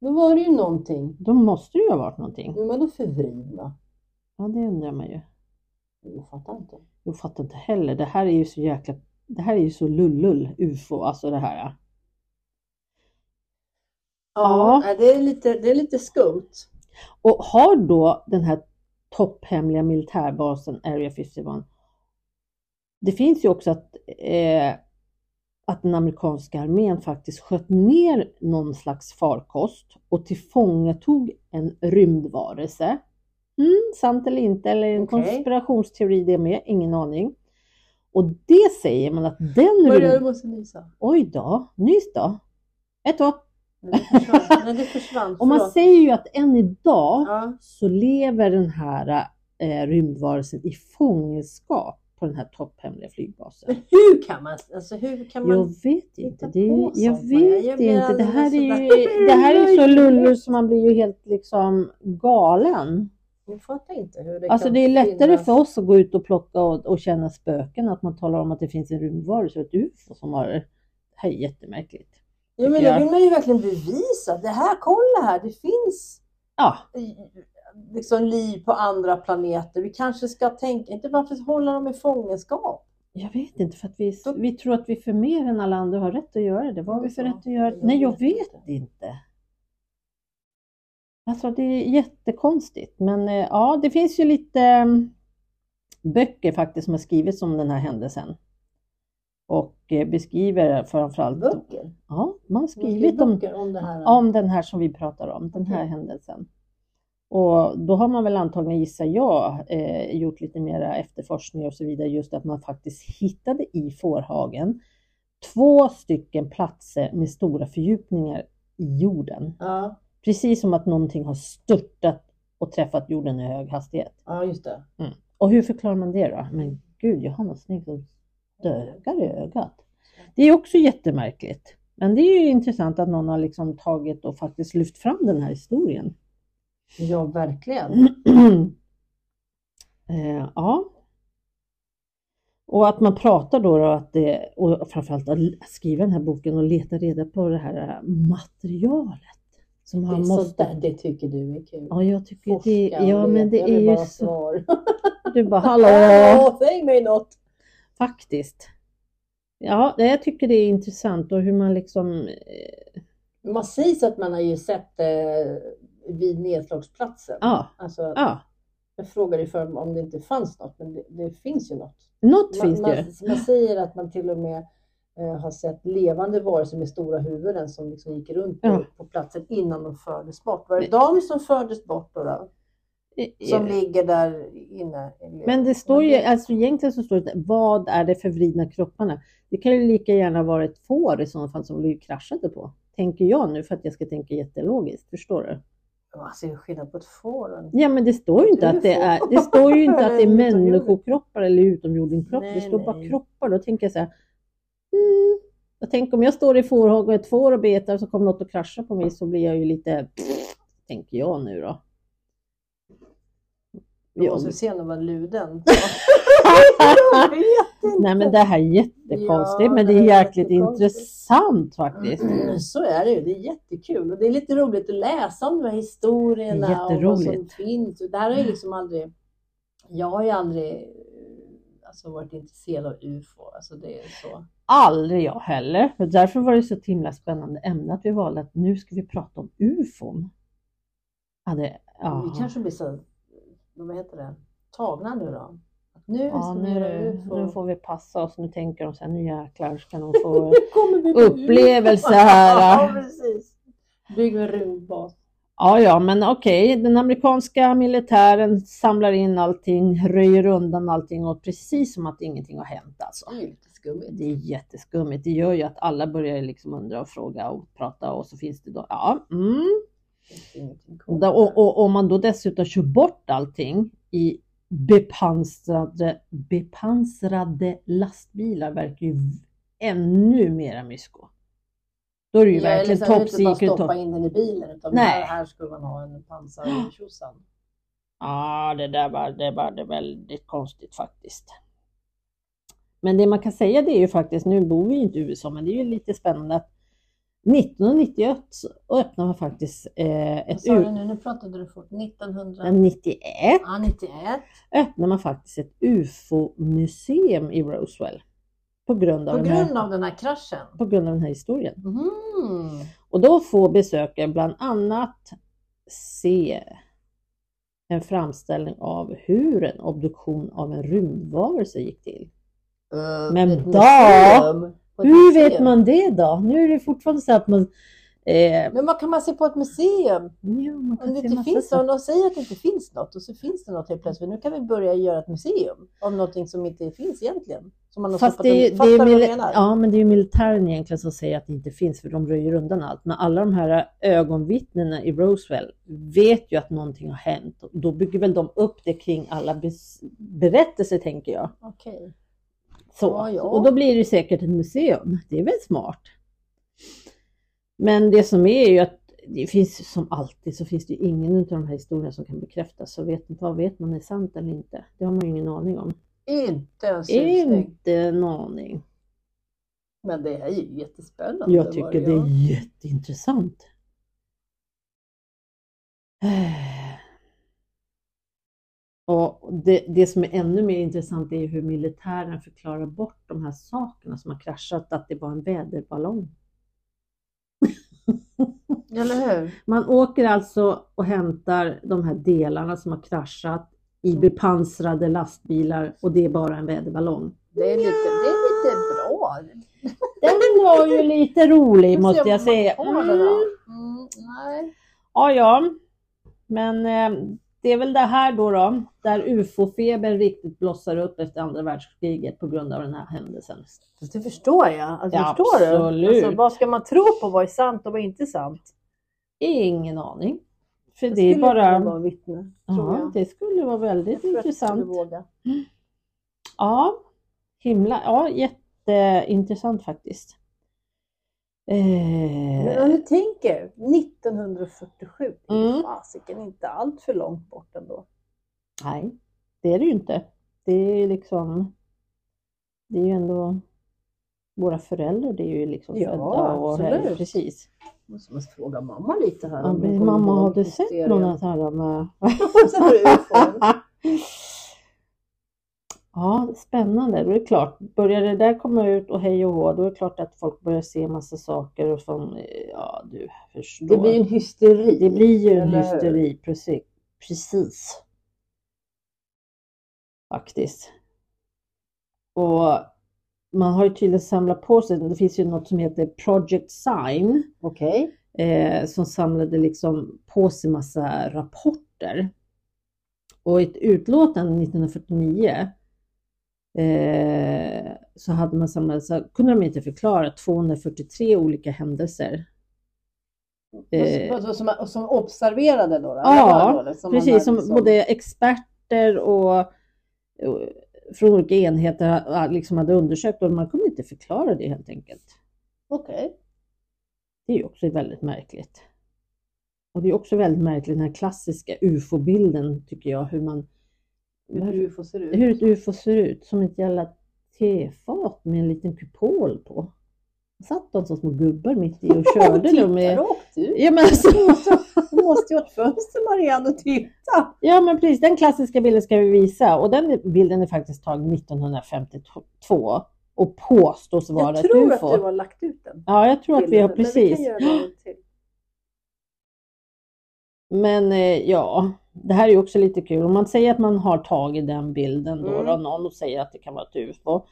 [SPEAKER 1] då var det ju någonting.
[SPEAKER 2] Då måste det ju ha varit någonting.
[SPEAKER 1] Men då förvridna?
[SPEAKER 2] Ja, det undrar man ju.
[SPEAKER 1] Jag fattar inte.
[SPEAKER 2] Jag fattar inte heller. Det här är ju så jäkla... Det här är ju så lullull, ufo, alltså det här. Ja.
[SPEAKER 1] nej, det är lite, det är lite skumt.
[SPEAKER 2] Och har då den här topphemliga militärbasen Area 51. Det finns ju också att, eh, att den amerikanska armén faktiskt sköt ner någon slags farkost och tillfångatog en rymdvarelse. Mm, sant eller inte, eller en
[SPEAKER 1] Okej.
[SPEAKER 2] konspirationsteori det med, ingen aning. Och det säger man att den
[SPEAKER 1] Börjar
[SPEAKER 2] rymd...
[SPEAKER 1] du måste nysa?
[SPEAKER 2] Oj då, nys då. Ett då.
[SPEAKER 1] [LAUGHS] Nej, det försvann. Nej, det försvann.
[SPEAKER 2] Och man
[SPEAKER 1] Förlåt.
[SPEAKER 2] säger ju att än idag
[SPEAKER 1] Ja.
[SPEAKER 2] så lever den här eh, rymdvarelsen i fångenskap på den här topphemliga flygbasen.
[SPEAKER 1] Men hur kan man, alltså hur kan man
[SPEAKER 2] Jag vet inte.
[SPEAKER 1] hitta
[SPEAKER 2] Det är,
[SPEAKER 1] på
[SPEAKER 2] jag
[SPEAKER 1] sånt, Maja?
[SPEAKER 2] vet
[SPEAKER 1] Jag blir
[SPEAKER 2] inte. Det här, är
[SPEAKER 1] alldeles
[SPEAKER 2] ju, det här är så lullu så man blir ju helt liksom galen.
[SPEAKER 1] Jag fattar inte hur det
[SPEAKER 2] Alltså
[SPEAKER 1] kan
[SPEAKER 2] det är lättare
[SPEAKER 1] finnas-
[SPEAKER 2] för oss att gå ut och plocka och, och känna spöken att man talar om att det finns en rymdvarelse och ett ufo som har... Det här är jättemärkligt.
[SPEAKER 1] Ja, men
[SPEAKER 2] tycker
[SPEAKER 1] då
[SPEAKER 2] jag.
[SPEAKER 1] vill man ju verkligen bevisa. Det här, kolla här, det finns
[SPEAKER 2] Ja,
[SPEAKER 1] eh, liksom liv på andra planeter. Vi kanske ska tänka, inte varför håller de i fångenskap?
[SPEAKER 2] Jag vet inte, för att vi,
[SPEAKER 1] Då-
[SPEAKER 2] vi tror att vi för mer än alla andra har rätt att göra det. Vad har vi för
[SPEAKER 1] Ja,
[SPEAKER 2] rätt att göra
[SPEAKER 1] jag
[SPEAKER 2] Nej, jag
[SPEAKER 1] vet
[SPEAKER 2] vet
[SPEAKER 1] inte.
[SPEAKER 2] inte. Alltså det är jättekonstigt, men eh, ja, det finns ju lite mm, böcker faktiskt som har skrivits om den här händelsen. Och eh, beskriver framförallt,
[SPEAKER 1] Böcker?
[SPEAKER 2] ja, man har skrivit
[SPEAKER 1] Skrivit
[SPEAKER 2] om,
[SPEAKER 1] böcker om det här?
[SPEAKER 2] om den här som vi pratar om, den här
[SPEAKER 1] Okej.
[SPEAKER 2] händelsen. Och då har man väl antagligen, gissar jag, eh, gjort lite mera efterforskning och så vidare, just att man faktiskt hittade i fårhagen två stycken platser med stora fördjupningar i jorden.
[SPEAKER 1] Ja,
[SPEAKER 2] Precis som att någonting har störtat och träffat jorden i hög hastighet.
[SPEAKER 1] ja, just det.
[SPEAKER 2] Och hur förklarar man det då? Men gud, jag har något snyggt som dögar i ögat. Det är också jättemärkligt. Men det är ju intressant att någon har liksom tagit och faktiskt lyft fram den här historien. [CLEARS THROAT]
[SPEAKER 1] Ja, verkligen.
[SPEAKER 2] eh, ja. Och att man pratar då, då att det, och framförallt att l- skriva den här boken och leta reda på det här eh, materialet. Som
[SPEAKER 1] Det,
[SPEAKER 2] man
[SPEAKER 1] är sånt
[SPEAKER 2] måste...
[SPEAKER 1] där, det tycker du är kul.
[SPEAKER 2] Ja, jag tycker
[SPEAKER 1] Forska,
[SPEAKER 2] det, ja,
[SPEAKER 1] leta,
[SPEAKER 2] men det
[SPEAKER 1] jag vill
[SPEAKER 2] är ju
[SPEAKER 1] bara
[SPEAKER 2] så...
[SPEAKER 1] svar.
[SPEAKER 2] Du bara, [LAUGHS] hallå!
[SPEAKER 1] Åh, säg mig något!
[SPEAKER 2] Faktiskt. Ja, nej, jag tycker det är intressant och hur man liksom... eh,
[SPEAKER 1] Man sägs att man har ju sett eh, vid nedslagsplatsen.
[SPEAKER 2] Ja,
[SPEAKER 1] Alltså,
[SPEAKER 2] ja.
[SPEAKER 1] Jag frågade ju för om det inte fanns något, men det, det finns ju något.
[SPEAKER 2] Något
[SPEAKER 1] Man,
[SPEAKER 2] finns det ju.
[SPEAKER 1] man, man säger att man till och med eh, har sett levande varelser med stora huvuden som liksom gick runt på,
[SPEAKER 2] Ja.
[SPEAKER 1] på platsen innan de fördes bort. Var det
[SPEAKER 2] Men-
[SPEAKER 1] de som fördes bort då? då? Som
[SPEAKER 2] Eh,
[SPEAKER 1] ligger där inne? eller-
[SPEAKER 2] Men det står ju,
[SPEAKER 1] Men det-
[SPEAKER 2] alltså egentligen så står det vad är det för vridna kropparna? Det kan ju lika gärna vara ett får i sådana fall som vi kraschade på. Tänker jag nu för att jag ska tänka jättelogiskt, förstår du?
[SPEAKER 1] Alltså det är skillnad på ett får och en...
[SPEAKER 2] Ja men det står ju
[SPEAKER 1] Det
[SPEAKER 2] inte
[SPEAKER 1] är
[SPEAKER 2] att det
[SPEAKER 1] får.
[SPEAKER 2] är, det står ju inte att
[SPEAKER 1] [LAUGHS]
[SPEAKER 2] det är
[SPEAKER 1] Eller utomjording.
[SPEAKER 2] människokroppar eller utomjordingkroppar. Det
[SPEAKER 1] Nej,
[SPEAKER 2] står bara
[SPEAKER 1] nej.
[SPEAKER 2] kroppar. Då tänker jag så här, mm, jag tänker om jag står i fårhag och ett får och betar och så kommer något att krascha på mig så blir jag ju lite, tänker jag nu då.
[SPEAKER 1] Jag
[SPEAKER 2] Ja.
[SPEAKER 1] måste se om det var luden.
[SPEAKER 2] Nej men det här är jättekonstigt
[SPEAKER 1] Ja,
[SPEAKER 2] men det
[SPEAKER 1] det
[SPEAKER 2] är
[SPEAKER 1] är jättekonstigt.
[SPEAKER 2] jäkligt
[SPEAKER 1] Mm.
[SPEAKER 2] intressant faktiskt.
[SPEAKER 1] Så är det ju, det är jättekul och det är lite roligt att läsa om de här
[SPEAKER 2] Det
[SPEAKER 1] historierna
[SPEAKER 2] är
[SPEAKER 1] och vad som
[SPEAKER 2] jätteroligt.
[SPEAKER 1] finns. Och Det här har ju liksom aldrig, jag har ju aldrig eh, alltså, varit intresserad av UFO. Alltså, det är så.
[SPEAKER 2] Aldrig jag heller. Och därför var det så ett himla spännande ämne att vi valde att nu ska vi prata om ufon. Ja, det, ja.
[SPEAKER 1] Vi kanske blir så, vad heter det, tagna nu då. Att nu
[SPEAKER 2] Ja,
[SPEAKER 1] ska vi göra
[SPEAKER 2] nu,
[SPEAKER 1] UFO.
[SPEAKER 2] nu får vi passa oss. Nu tänker de så här, nu jäklar ska de få... [LAUGHS]
[SPEAKER 1] Nu kommer vi på
[SPEAKER 2] upplevelse
[SPEAKER 1] UFO. [LAUGHS]
[SPEAKER 2] här.
[SPEAKER 1] ja, precis. Bygger en rymdbas.
[SPEAKER 2] Ja, ja, men okej, den amerikanska militären samlar in allting, röjer undan allting och precis som att ingenting har hänt alltså.
[SPEAKER 1] Det är ju lite skumt. jätteskummigt.
[SPEAKER 2] Det är jätteskummigt. Det gör ju att alla börjar liksom undra och fråga och prata och så finns det då, ja, mm.
[SPEAKER 1] Det finns ingenting
[SPEAKER 2] Och,
[SPEAKER 1] coolt
[SPEAKER 2] då-
[SPEAKER 1] där.
[SPEAKER 2] och, och om man då dessutom kör bort allting i bepansrade, bepansrade lastbilar verkar ju ännu mera mysko. Då är det ju
[SPEAKER 1] Ja, eller
[SPEAKER 2] verkligen
[SPEAKER 1] så här,
[SPEAKER 2] top
[SPEAKER 1] liksom, inte bara
[SPEAKER 2] secret.
[SPEAKER 1] stoppa
[SPEAKER 2] Top...
[SPEAKER 1] in den i bilen utan
[SPEAKER 2] Nej.
[SPEAKER 1] här, här skulle man ha en
[SPEAKER 2] [GASPS]
[SPEAKER 1] pansartjosan.
[SPEAKER 2] Ja, det där var, det var det väldigt konstigt faktiskt. Men det man kan säga det är ju faktiskt, nu bor vi ju inte i USA, men det är ju lite spännande att 1991 så öppnade man faktiskt eh,
[SPEAKER 1] Vad
[SPEAKER 2] ett
[SPEAKER 1] sa du
[SPEAKER 2] u-
[SPEAKER 1] nu? Nu pratade du fort. 1991.
[SPEAKER 2] 91 öppnade man faktiskt ett UFO-museum i Roswell. På grund
[SPEAKER 1] På
[SPEAKER 2] av, den, här,
[SPEAKER 1] grund av den här kraschen?
[SPEAKER 2] på grund av den här historien.
[SPEAKER 1] Mm.
[SPEAKER 2] Och då får besökaren bland annat se en framställning av hur en obduktion av en rymdvarelse gick till. Men
[SPEAKER 1] Eh, Ett
[SPEAKER 2] då-
[SPEAKER 1] museum. På ett
[SPEAKER 2] Hur vet
[SPEAKER 1] museum.
[SPEAKER 2] man det då? Nu är det fortfarande så att man... Eh,
[SPEAKER 1] Men vad kan man se på ett museum?
[SPEAKER 2] ja, man
[SPEAKER 1] Om
[SPEAKER 2] kan
[SPEAKER 1] det
[SPEAKER 2] se
[SPEAKER 1] inte
[SPEAKER 2] massa
[SPEAKER 1] finns,
[SPEAKER 2] saker.
[SPEAKER 1] om de säger att det inte finns något och så finns det något helt plötsligt. Nu kan vi börja göra ett museum av någonting som inte finns egentligen. Som man har
[SPEAKER 2] Fast
[SPEAKER 1] stoppat
[SPEAKER 2] det är,
[SPEAKER 1] in-
[SPEAKER 2] ju- det är,
[SPEAKER 1] Fattar du vad jag
[SPEAKER 2] mili-
[SPEAKER 1] menar?
[SPEAKER 2] ja, men det är ju militären egentligen som säger att det inte finns för de röjer undan allt. Men alla de här ögonvittnena i Roswell vet ju att någonting har hänt. Då bygger väl de upp det kring alla bes- berättelser tänker jag.
[SPEAKER 1] Okej.
[SPEAKER 2] Så.
[SPEAKER 1] Ja, ja.
[SPEAKER 2] Och då blir det säkert ett museum. Det är väl smart. Men det som är ju att det finns som alltid så finns det ju ingen av de här historierna som kan bekräftas. Så vet, vad vet man är sant eller inte? Det har man ju ingen aning om.
[SPEAKER 1] Inte en susning.
[SPEAKER 2] Inte en aning.
[SPEAKER 1] Men det är ju jättespännande.
[SPEAKER 2] Jag tycker det
[SPEAKER 1] Ja.
[SPEAKER 2] är jätteintressant. [SIGHS] Eh. Och det, det som är ännu mer intressant är ju hur militären förklarar bort de här sakerna som har kraschat, att det var en väderballong.
[SPEAKER 1] Eller hur?
[SPEAKER 2] Man åker alltså och hämtar de här delarna som har kraschat i bepansrade lastbilar och det är bara en väderballong.
[SPEAKER 1] Det är lite, det är lite bra.
[SPEAKER 2] Den var ju lite rolig
[SPEAKER 1] Får
[SPEAKER 2] måste
[SPEAKER 1] se
[SPEAKER 2] jag
[SPEAKER 1] om man
[SPEAKER 2] säga.
[SPEAKER 1] har det
[SPEAKER 2] Mm.
[SPEAKER 1] då. Mm, nej.
[SPEAKER 2] Ja, ja. Men eh, det är väl det här då, då där ufo-febern riktigt blossar upp efter andra världskriget på grund av den här händelsen.
[SPEAKER 1] Det förstår jag. Alltså,
[SPEAKER 2] Ja,
[SPEAKER 1] förstår
[SPEAKER 2] absolut.
[SPEAKER 1] du? Alltså, vad ska man tro på? Vad är sant och vad är inte sant?
[SPEAKER 2] Ingen aning. För
[SPEAKER 1] Jag
[SPEAKER 2] det är
[SPEAKER 1] skulle vilja
[SPEAKER 2] bara...
[SPEAKER 1] vara vittne, tror
[SPEAKER 2] Ja,
[SPEAKER 1] jag.
[SPEAKER 2] det skulle vara
[SPEAKER 1] Jag
[SPEAKER 2] väldigt
[SPEAKER 1] tror att jag skulle
[SPEAKER 2] intressant.
[SPEAKER 1] våga.
[SPEAKER 2] Ja, himla... Ja, jätteintressant faktiskt.
[SPEAKER 1] Men om
[SPEAKER 2] Eh,
[SPEAKER 1] du tänker 1947, det är
[SPEAKER 2] Mm.
[SPEAKER 1] ju fasiken inte allt för långt bort ändå.
[SPEAKER 2] nej, det är det ju inte. Det är liksom... Det är ju ändå... Våra föräldrar, det är ju liksom
[SPEAKER 1] Ja,
[SPEAKER 2] födda och här-
[SPEAKER 1] absolut.
[SPEAKER 2] precis.
[SPEAKER 1] Måste man fråga mamma lite här.
[SPEAKER 2] Ja,
[SPEAKER 1] om hon
[SPEAKER 2] men
[SPEAKER 1] kommer
[SPEAKER 2] mamma,
[SPEAKER 1] ihåg
[SPEAKER 2] har du sett
[SPEAKER 1] mysterien. [LAUGHS]
[SPEAKER 2] någon av alla med...
[SPEAKER 1] Sen har du ufon.
[SPEAKER 2] [LAUGHS] Ja, spännande. Då är det klart, börjar det där komma ut och hej och hå, då är det klart att folk börjar se massa saker och som, eh, ja du förstår.
[SPEAKER 1] [LAUGHS] Det blir ju en hysteri.
[SPEAKER 2] Det blir ju en
[SPEAKER 1] eller hur?
[SPEAKER 2] hysteri, precis. precis. Faktiskt. Och man har ju tydligen samlat på sig, det finns ju något som heter Project Sign
[SPEAKER 1] Okej.
[SPEAKER 2] eh, som samlade liksom på sig massa rapporter. Och i ett utlåtande 1949 eh, så hade man samlat, så kunde de inte förklara 243 olika händelser. Eh,
[SPEAKER 1] Och, och, som, och som observerade då? då?
[SPEAKER 2] Ja,
[SPEAKER 1] Eller som man
[SPEAKER 2] Precis,
[SPEAKER 1] har
[SPEAKER 2] som
[SPEAKER 1] liksom-
[SPEAKER 2] både experter och, och från olika enheter ha- liksom hade undersökt och man kunde inte förklara det helt enkelt.
[SPEAKER 1] Okej.
[SPEAKER 2] Det är ju också väldigt märkligt. Och det är också väldigt märkligt den här klassiska ufo-bilden tycker jag, hur man
[SPEAKER 1] Hur ufo ser ut.
[SPEAKER 2] hur ett ufo ser ut, som ett jävla tefat med en liten kupol på. Satt de som små gubbar
[SPEAKER 1] [LAUGHS]
[SPEAKER 2] mitt i och körde
[SPEAKER 1] Titta
[SPEAKER 2] dem med...
[SPEAKER 1] rakt ut.
[SPEAKER 2] Ja men, alltså,
[SPEAKER 1] [LAUGHS] Du måste ju ha ett fönster Marianne och titta.
[SPEAKER 2] ja men precis, den klassiska bilden ska vi visa och den bilden är faktiskt tagen 1952 och påstås vara
[SPEAKER 1] Jag
[SPEAKER 2] ett
[SPEAKER 1] tror
[SPEAKER 2] ufo.
[SPEAKER 1] att du har lagt ut den.
[SPEAKER 2] Ja, jag tror att vi
[SPEAKER 1] bilden,
[SPEAKER 2] har
[SPEAKER 1] men Vi kan
[SPEAKER 2] precis.
[SPEAKER 1] göra det
[SPEAKER 2] [GASPS]
[SPEAKER 1] till.
[SPEAKER 2] Men eh, ja, det här är ju också lite kul. Om man säger att man har tagit den bilden då,
[SPEAKER 1] Mm.
[SPEAKER 2] då någon och säger att det kan vara ett UFO.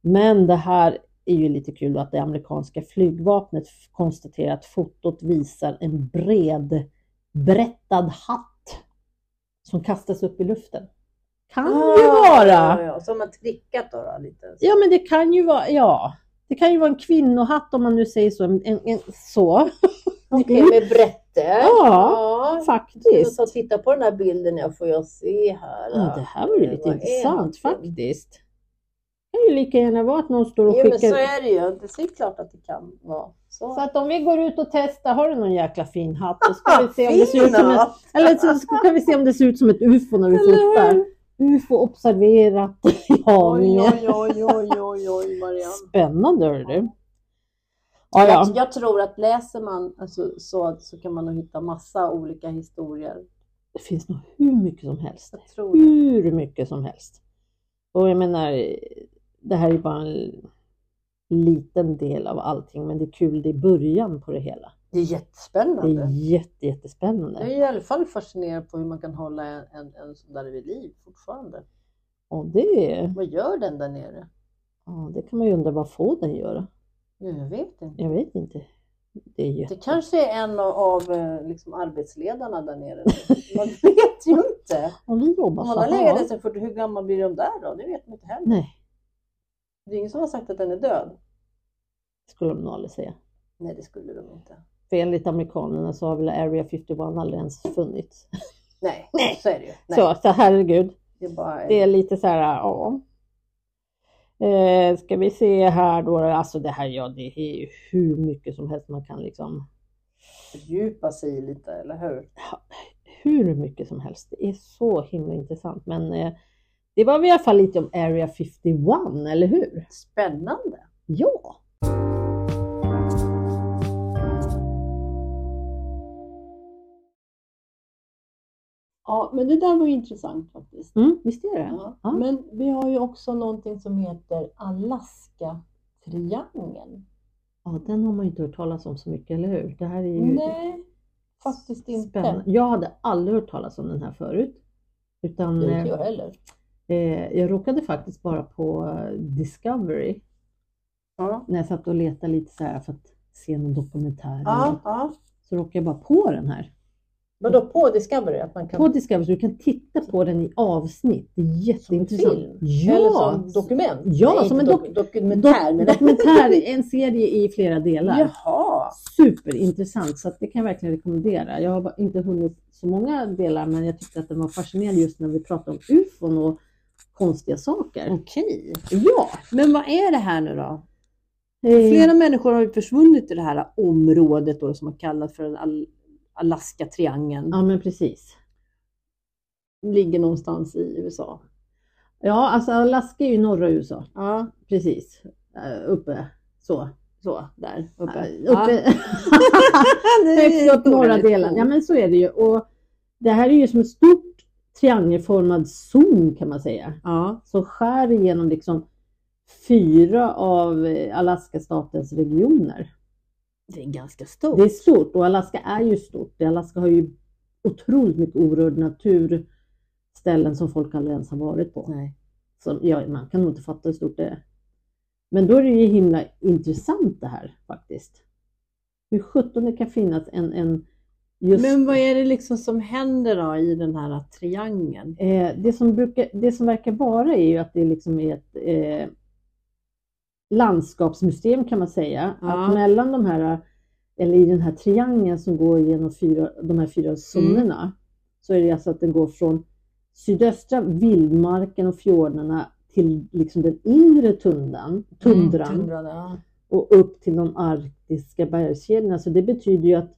[SPEAKER 2] Men det här är ju lite kul då, att det amerikanska flygvapnet f- konstaterar att fotot visar en bred brättad hatt som kastas upp i luften. kan ju
[SPEAKER 1] Ja,
[SPEAKER 2] vara.
[SPEAKER 1] Ah, ja. Som har trickat då, då lite.
[SPEAKER 2] Ja, men det kan ju vara, ja. Det kan ju vara en kvinnohatt om man nu säger så. En, en, en, så. [LAUGHS]
[SPEAKER 1] Okej, med brätte. ja. Jag
[SPEAKER 2] Faktiskt.
[SPEAKER 1] ska titta på den här bilden jag får jag se här.
[SPEAKER 2] Ja, det här var ju lite
[SPEAKER 1] Vad är
[SPEAKER 2] intressant
[SPEAKER 1] det?
[SPEAKER 2] faktiskt. Det kan ju lika gärna vara att någon står och
[SPEAKER 1] Jo men
[SPEAKER 2] skickar...
[SPEAKER 1] så är det ju. Det är klart att det kan vara så.
[SPEAKER 2] Så att om vi går ut och testar, har du någon jäkla fin hatt?
[SPEAKER 1] [LAUGHS]
[SPEAKER 2] Då ska vi se om det ser ut som en, eller så ska- kan vi se om det ser ut som ett ufo när vi fotar. Ufo observerat [LAUGHS] i
[SPEAKER 1] Oj,
[SPEAKER 2] Haninge.
[SPEAKER 1] oj, oj, oj, oj, oj, Marianne.
[SPEAKER 2] Spännande hörru. Ja, ja.
[SPEAKER 1] Jag, jag tror att läser man alltså, så, så kan man nog hitta massa olika historier.
[SPEAKER 2] Det finns nog hur mycket som helst.
[SPEAKER 1] Jag tror det.
[SPEAKER 2] Hur mycket som helst. Och jag menar, det här är bara en liten del av allting, men det är kul, det är början på det hela.
[SPEAKER 1] Det är
[SPEAKER 2] Det är
[SPEAKER 1] jättespännande.
[SPEAKER 2] jätte, jättespännande.
[SPEAKER 1] Jag är i alla fall fascinerad på hur man kan hålla en, en, en sån där vid liv fortfarande.
[SPEAKER 2] Och det,
[SPEAKER 1] Vad gör den där nere?
[SPEAKER 2] ja, det kan man ju undra, vad får den göra?
[SPEAKER 1] Jag vet inte.
[SPEAKER 2] Jag vet inte. Det är jätte...
[SPEAKER 1] Det kanske är en av, av eh, liksom, arbetsledarna där nere. Man [LAUGHS] vet ju inte.
[SPEAKER 2] Om vi jobbar
[SPEAKER 1] Om
[SPEAKER 2] så
[SPEAKER 1] man har
[SPEAKER 2] här.
[SPEAKER 1] legat där sedan 40, hur gammal blir de där då? Det vet man inte heller.
[SPEAKER 2] Nej,
[SPEAKER 1] Det är ingen som har sagt att den är död.
[SPEAKER 2] det skulle de nog aldrig säga.
[SPEAKER 1] Nej, det skulle de inte.
[SPEAKER 2] För enligt amerikanerna så har väl Area 51 aldrig ens funnits.
[SPEAKER 1] Nej,
[SPEAKER 2] Nej.
[SPEAKER 1] så är det ju. Nej,
[SPEAKER 2] Så, så herregud,
[SPEAKER 1] Det är bara
[SPEAKER 2] det är lite så här, ja. Eh, ska vi se här då, alltså det här, ja det är ju hur mycket som helst man kan liksom,
[SPEAKER 1] fördjupa sig i lite, eller hur?
[SPEAKER 2] hur mycket som helst. Det är så himla intressant. Men eh, det var i alla fall lite om Area 51, eller hur?
[SPEAKER 1] Spännande.
[SPEAKER 2] Ja!
[SPEAKER 3] Ja, men det där var ju intressant faktiskt.
[SPEAKER 2] Mm, visst är det?
[SPEAKER 3] Ja.
[SPEAKER 2] Ja.
[SPEAKER 3] Men vi har ju också någonting som heter Alaska-triangeln.
[SPEAKER 2] Ja, den har man ju inte hört talas om så mycket, eller hur? Det här är ju
[SPEAKER 3] Nej, faktiskt inte.
[SPEAKER 2] Mm. Spännande. Jag hade aldrig hört talas om den här förut. Utan
[SPEAKER 3] Det är
[SPEAKER 2] eh,
[SPEAKER 3] inte jag heller.
[SPEAKER 2] eh, jag råkade faktiskt bara på eh, Discovery
[SPEAKER 1] Ja,
[SPEAKER 2] när jag satt och letade lite så här för att se någon dokumentär.
[SPEAKER 1] ja.
[SPEAKER 2] eller-
[SPEAKER 1] ja.
[SPEAKER 2] Så råkade jag bara på den här.
[SPEAKER 1] Vadå på Discovery? Att man kan...
[SPEAKER 2] På Discovery, så du kan titta på den i avsnitt. Det är jätteintressant.
[SPEAKER 3] film?
[SPEAKER 2] Ja!
[SPEAKER 1] Eller som dokument?
[SPEAKER 2] Ja,
[SPEAKER 1] Nej,
[SPEAKER 2] som
[SPEAKER 1] inte
[SPEAKER 2] en
[SPEAKER 1] dok- dokumentär. Men...
[SPEAKER 2] Dokumentär, en serie i flera delar.
[SPEAKER 1] Jaha!
[SPEAKER 2] Superintressant, så att det kan jag verkligen rekommendera. Jag har bara inte hunnit så många delar, men jag tyckte att den var fascinerande just när vi pratade om ufon och konstiga saker.
[SPEAKER 3] Okej.
[SPEAKER 2] Ja,
[SPEAKER 3] Men vad är det här nu då?
[SPEAKER 2] eh,
[SPEAKER 3] Flera människor har ju försvunnit i det här området då, som man kallar för den Al- Alaska-triangeln.
[SPEAKER 2] ja men precis.
[SPEAKER 3] Ligger någonstans i USA.
[SPEAKER 2] Ja, alltså Alaska är ju norra USA,
[SPEAKER 3] Ja,
[SPEAKER 2] precis. Eh, uppe, så.
[SPEAKER 3] så där uppe.
[SPEAKER 2] Eh, [LAUGHS] uppe.
[SPEAKER 3] Ja, det är
[SPEAKER 2] Högst upp norra
[SPEAKER 3] dåligt.
[SPEAKER 2] delen. Ja men så är det ju. Och det här är ju som en stort triangelformad zon kan man säga.
[SPEAKER 3] Ja.
[SPEAKER 2] som skär igenom liksom fyra av eh, Alaskastatens regioner.
[SPEAKER 3] Det är ganska stort.
[SPEAKER 2] Det är stort och Alaska är ju stort. Alaska har ju otroligt mycket orörd natur, ställen som folk aldrig ens har varit på.
[SPEAKER 3] Nej.
[SPEAKER 2] Som, ja, man kan nog inte fatta hur stort det är. Men då är det ju himla intressant det här faktiskt. Hur sjutton det kan finnas en, en just
[SPEAKER 3] Men vad är det liksom som händer då i den här triangeln?
[SPEAKER 2] Eh, det, som brukar, det som verkar vara är ju att det liksom är ett eh, landskapsmuseum kan man säga.
[SPEAKER 3] Ja.
[SPEAKER 2] Att mellan de här, eller i den här triangeln som går genom fyra, de här fyra zonerna, så är det alltså att den går från sydöstra vildmarken och fjordarna till liksom den inre tundan, tundran
[SPEAKER 3] Mm, Tundran, ja.
[SPEAKER 2] och upp till de arktiska bergskedjorna. Så det betyder ju att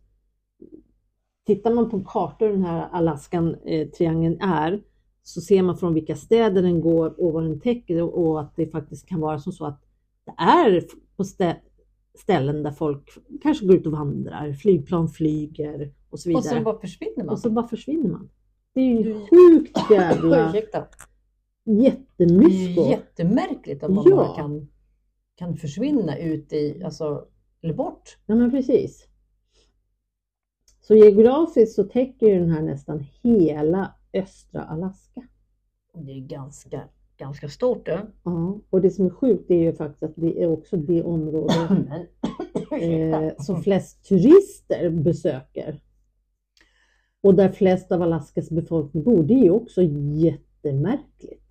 [SPEAKER 2] tittar man på kartor den här Alaskan-triangeln är så ser man från vilka städer den går och vad den täcker och och att det faktiskt kan vara som så att det är f- på stä- ställen där folk kanske går ut och vandrar, flygplan flyger och så
[SPEAKER 3] Och
[SPEAKER 2] vidare.
[SPEAKER 3] så bara försvinner man.
[SPEAKER 2] och så bara försvinner man. Det är ju
[SPEAKER 3] Mm.
[SPEAKER 2] sjukt jävla
[SPEAKER 3] Ursäkta. Det är
[SPEAKER 2] jättemysko.
[SPEAKER 3] ju jättemärkligt att man
[SPEAKER 2] Ja.
[SPEAKER 3] bara kan, kan försvinna ut i, alltså, eller bort.
[SPEAKER 2] Ja, men precis. Så geografiskt så täcker ju den här nästan hela östra Alaska.
[SPEAKER 3] Det är ganska, ganska stort det.
[SPEAKER 2] Ja. Och det som är sjukt är ju faktiskt att det är också det område
[SPEAKER 3] Men, ursäkta.
[SPEAKER 2] eh, som flest turister besöker. Och där flest av Alaskas befolkning bor, det är ju också jätte, jättemärkligt.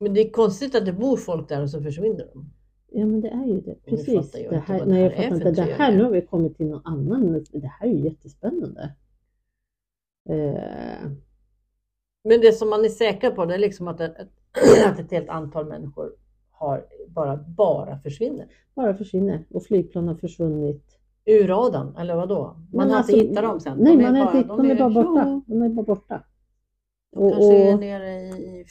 [SPEAKER 1] Men det är konstigt att det bor folk där och så försvinner de.
[SPEAKER 2] Ja men det är ju det,
[SPEAKER 1] nu
[SPEAKER 2] precis.
[SPEAKER 1] fattar jag
[SPEAKER 2] Det
[SPEAKER 1] inte
[SPEAKER 2] här,
[SPEAKER 1] vad det
[SPEAKER 2] nej, jag
[SPEAKER 1] här är
[SPEAKER 2] fattar
[SPEAKER 1] för
[SPEAKER 2] inte. Det här,
[SPEAKER 1] teori.
[SPEAKER 2] nu har vi kommit till någon annan, det här är ju jättespännande. Eh,
[SPEAKER 1] Men det som man är säker på det är liksom att, att, [CLEARS THROAT] att ett helt antal människor har bara, bara försvinner.
[SPEAKER 2] bara försvinner och flygplan har försvunnit.
[SPEAKER 1] Ur radarn, eller vadå? Man
[SPEAKER 2] Men
[SPEAKER 1] har
[SPEAKER 2] alltså,
[SPEAKER 1] inte hittat dem sen.
[SPEAKER 2] Nej, man har inte hittat, de är
[SPEAKER 1] tjo.
[SPEAKER 2] bara borta. De är bara borta.
[SPEAKER 1] De
[SPEAKER 2] Och,
[SPEAKER 1] kanske är
[SPEAKER 2] och,
[SPEAKER 1] nere i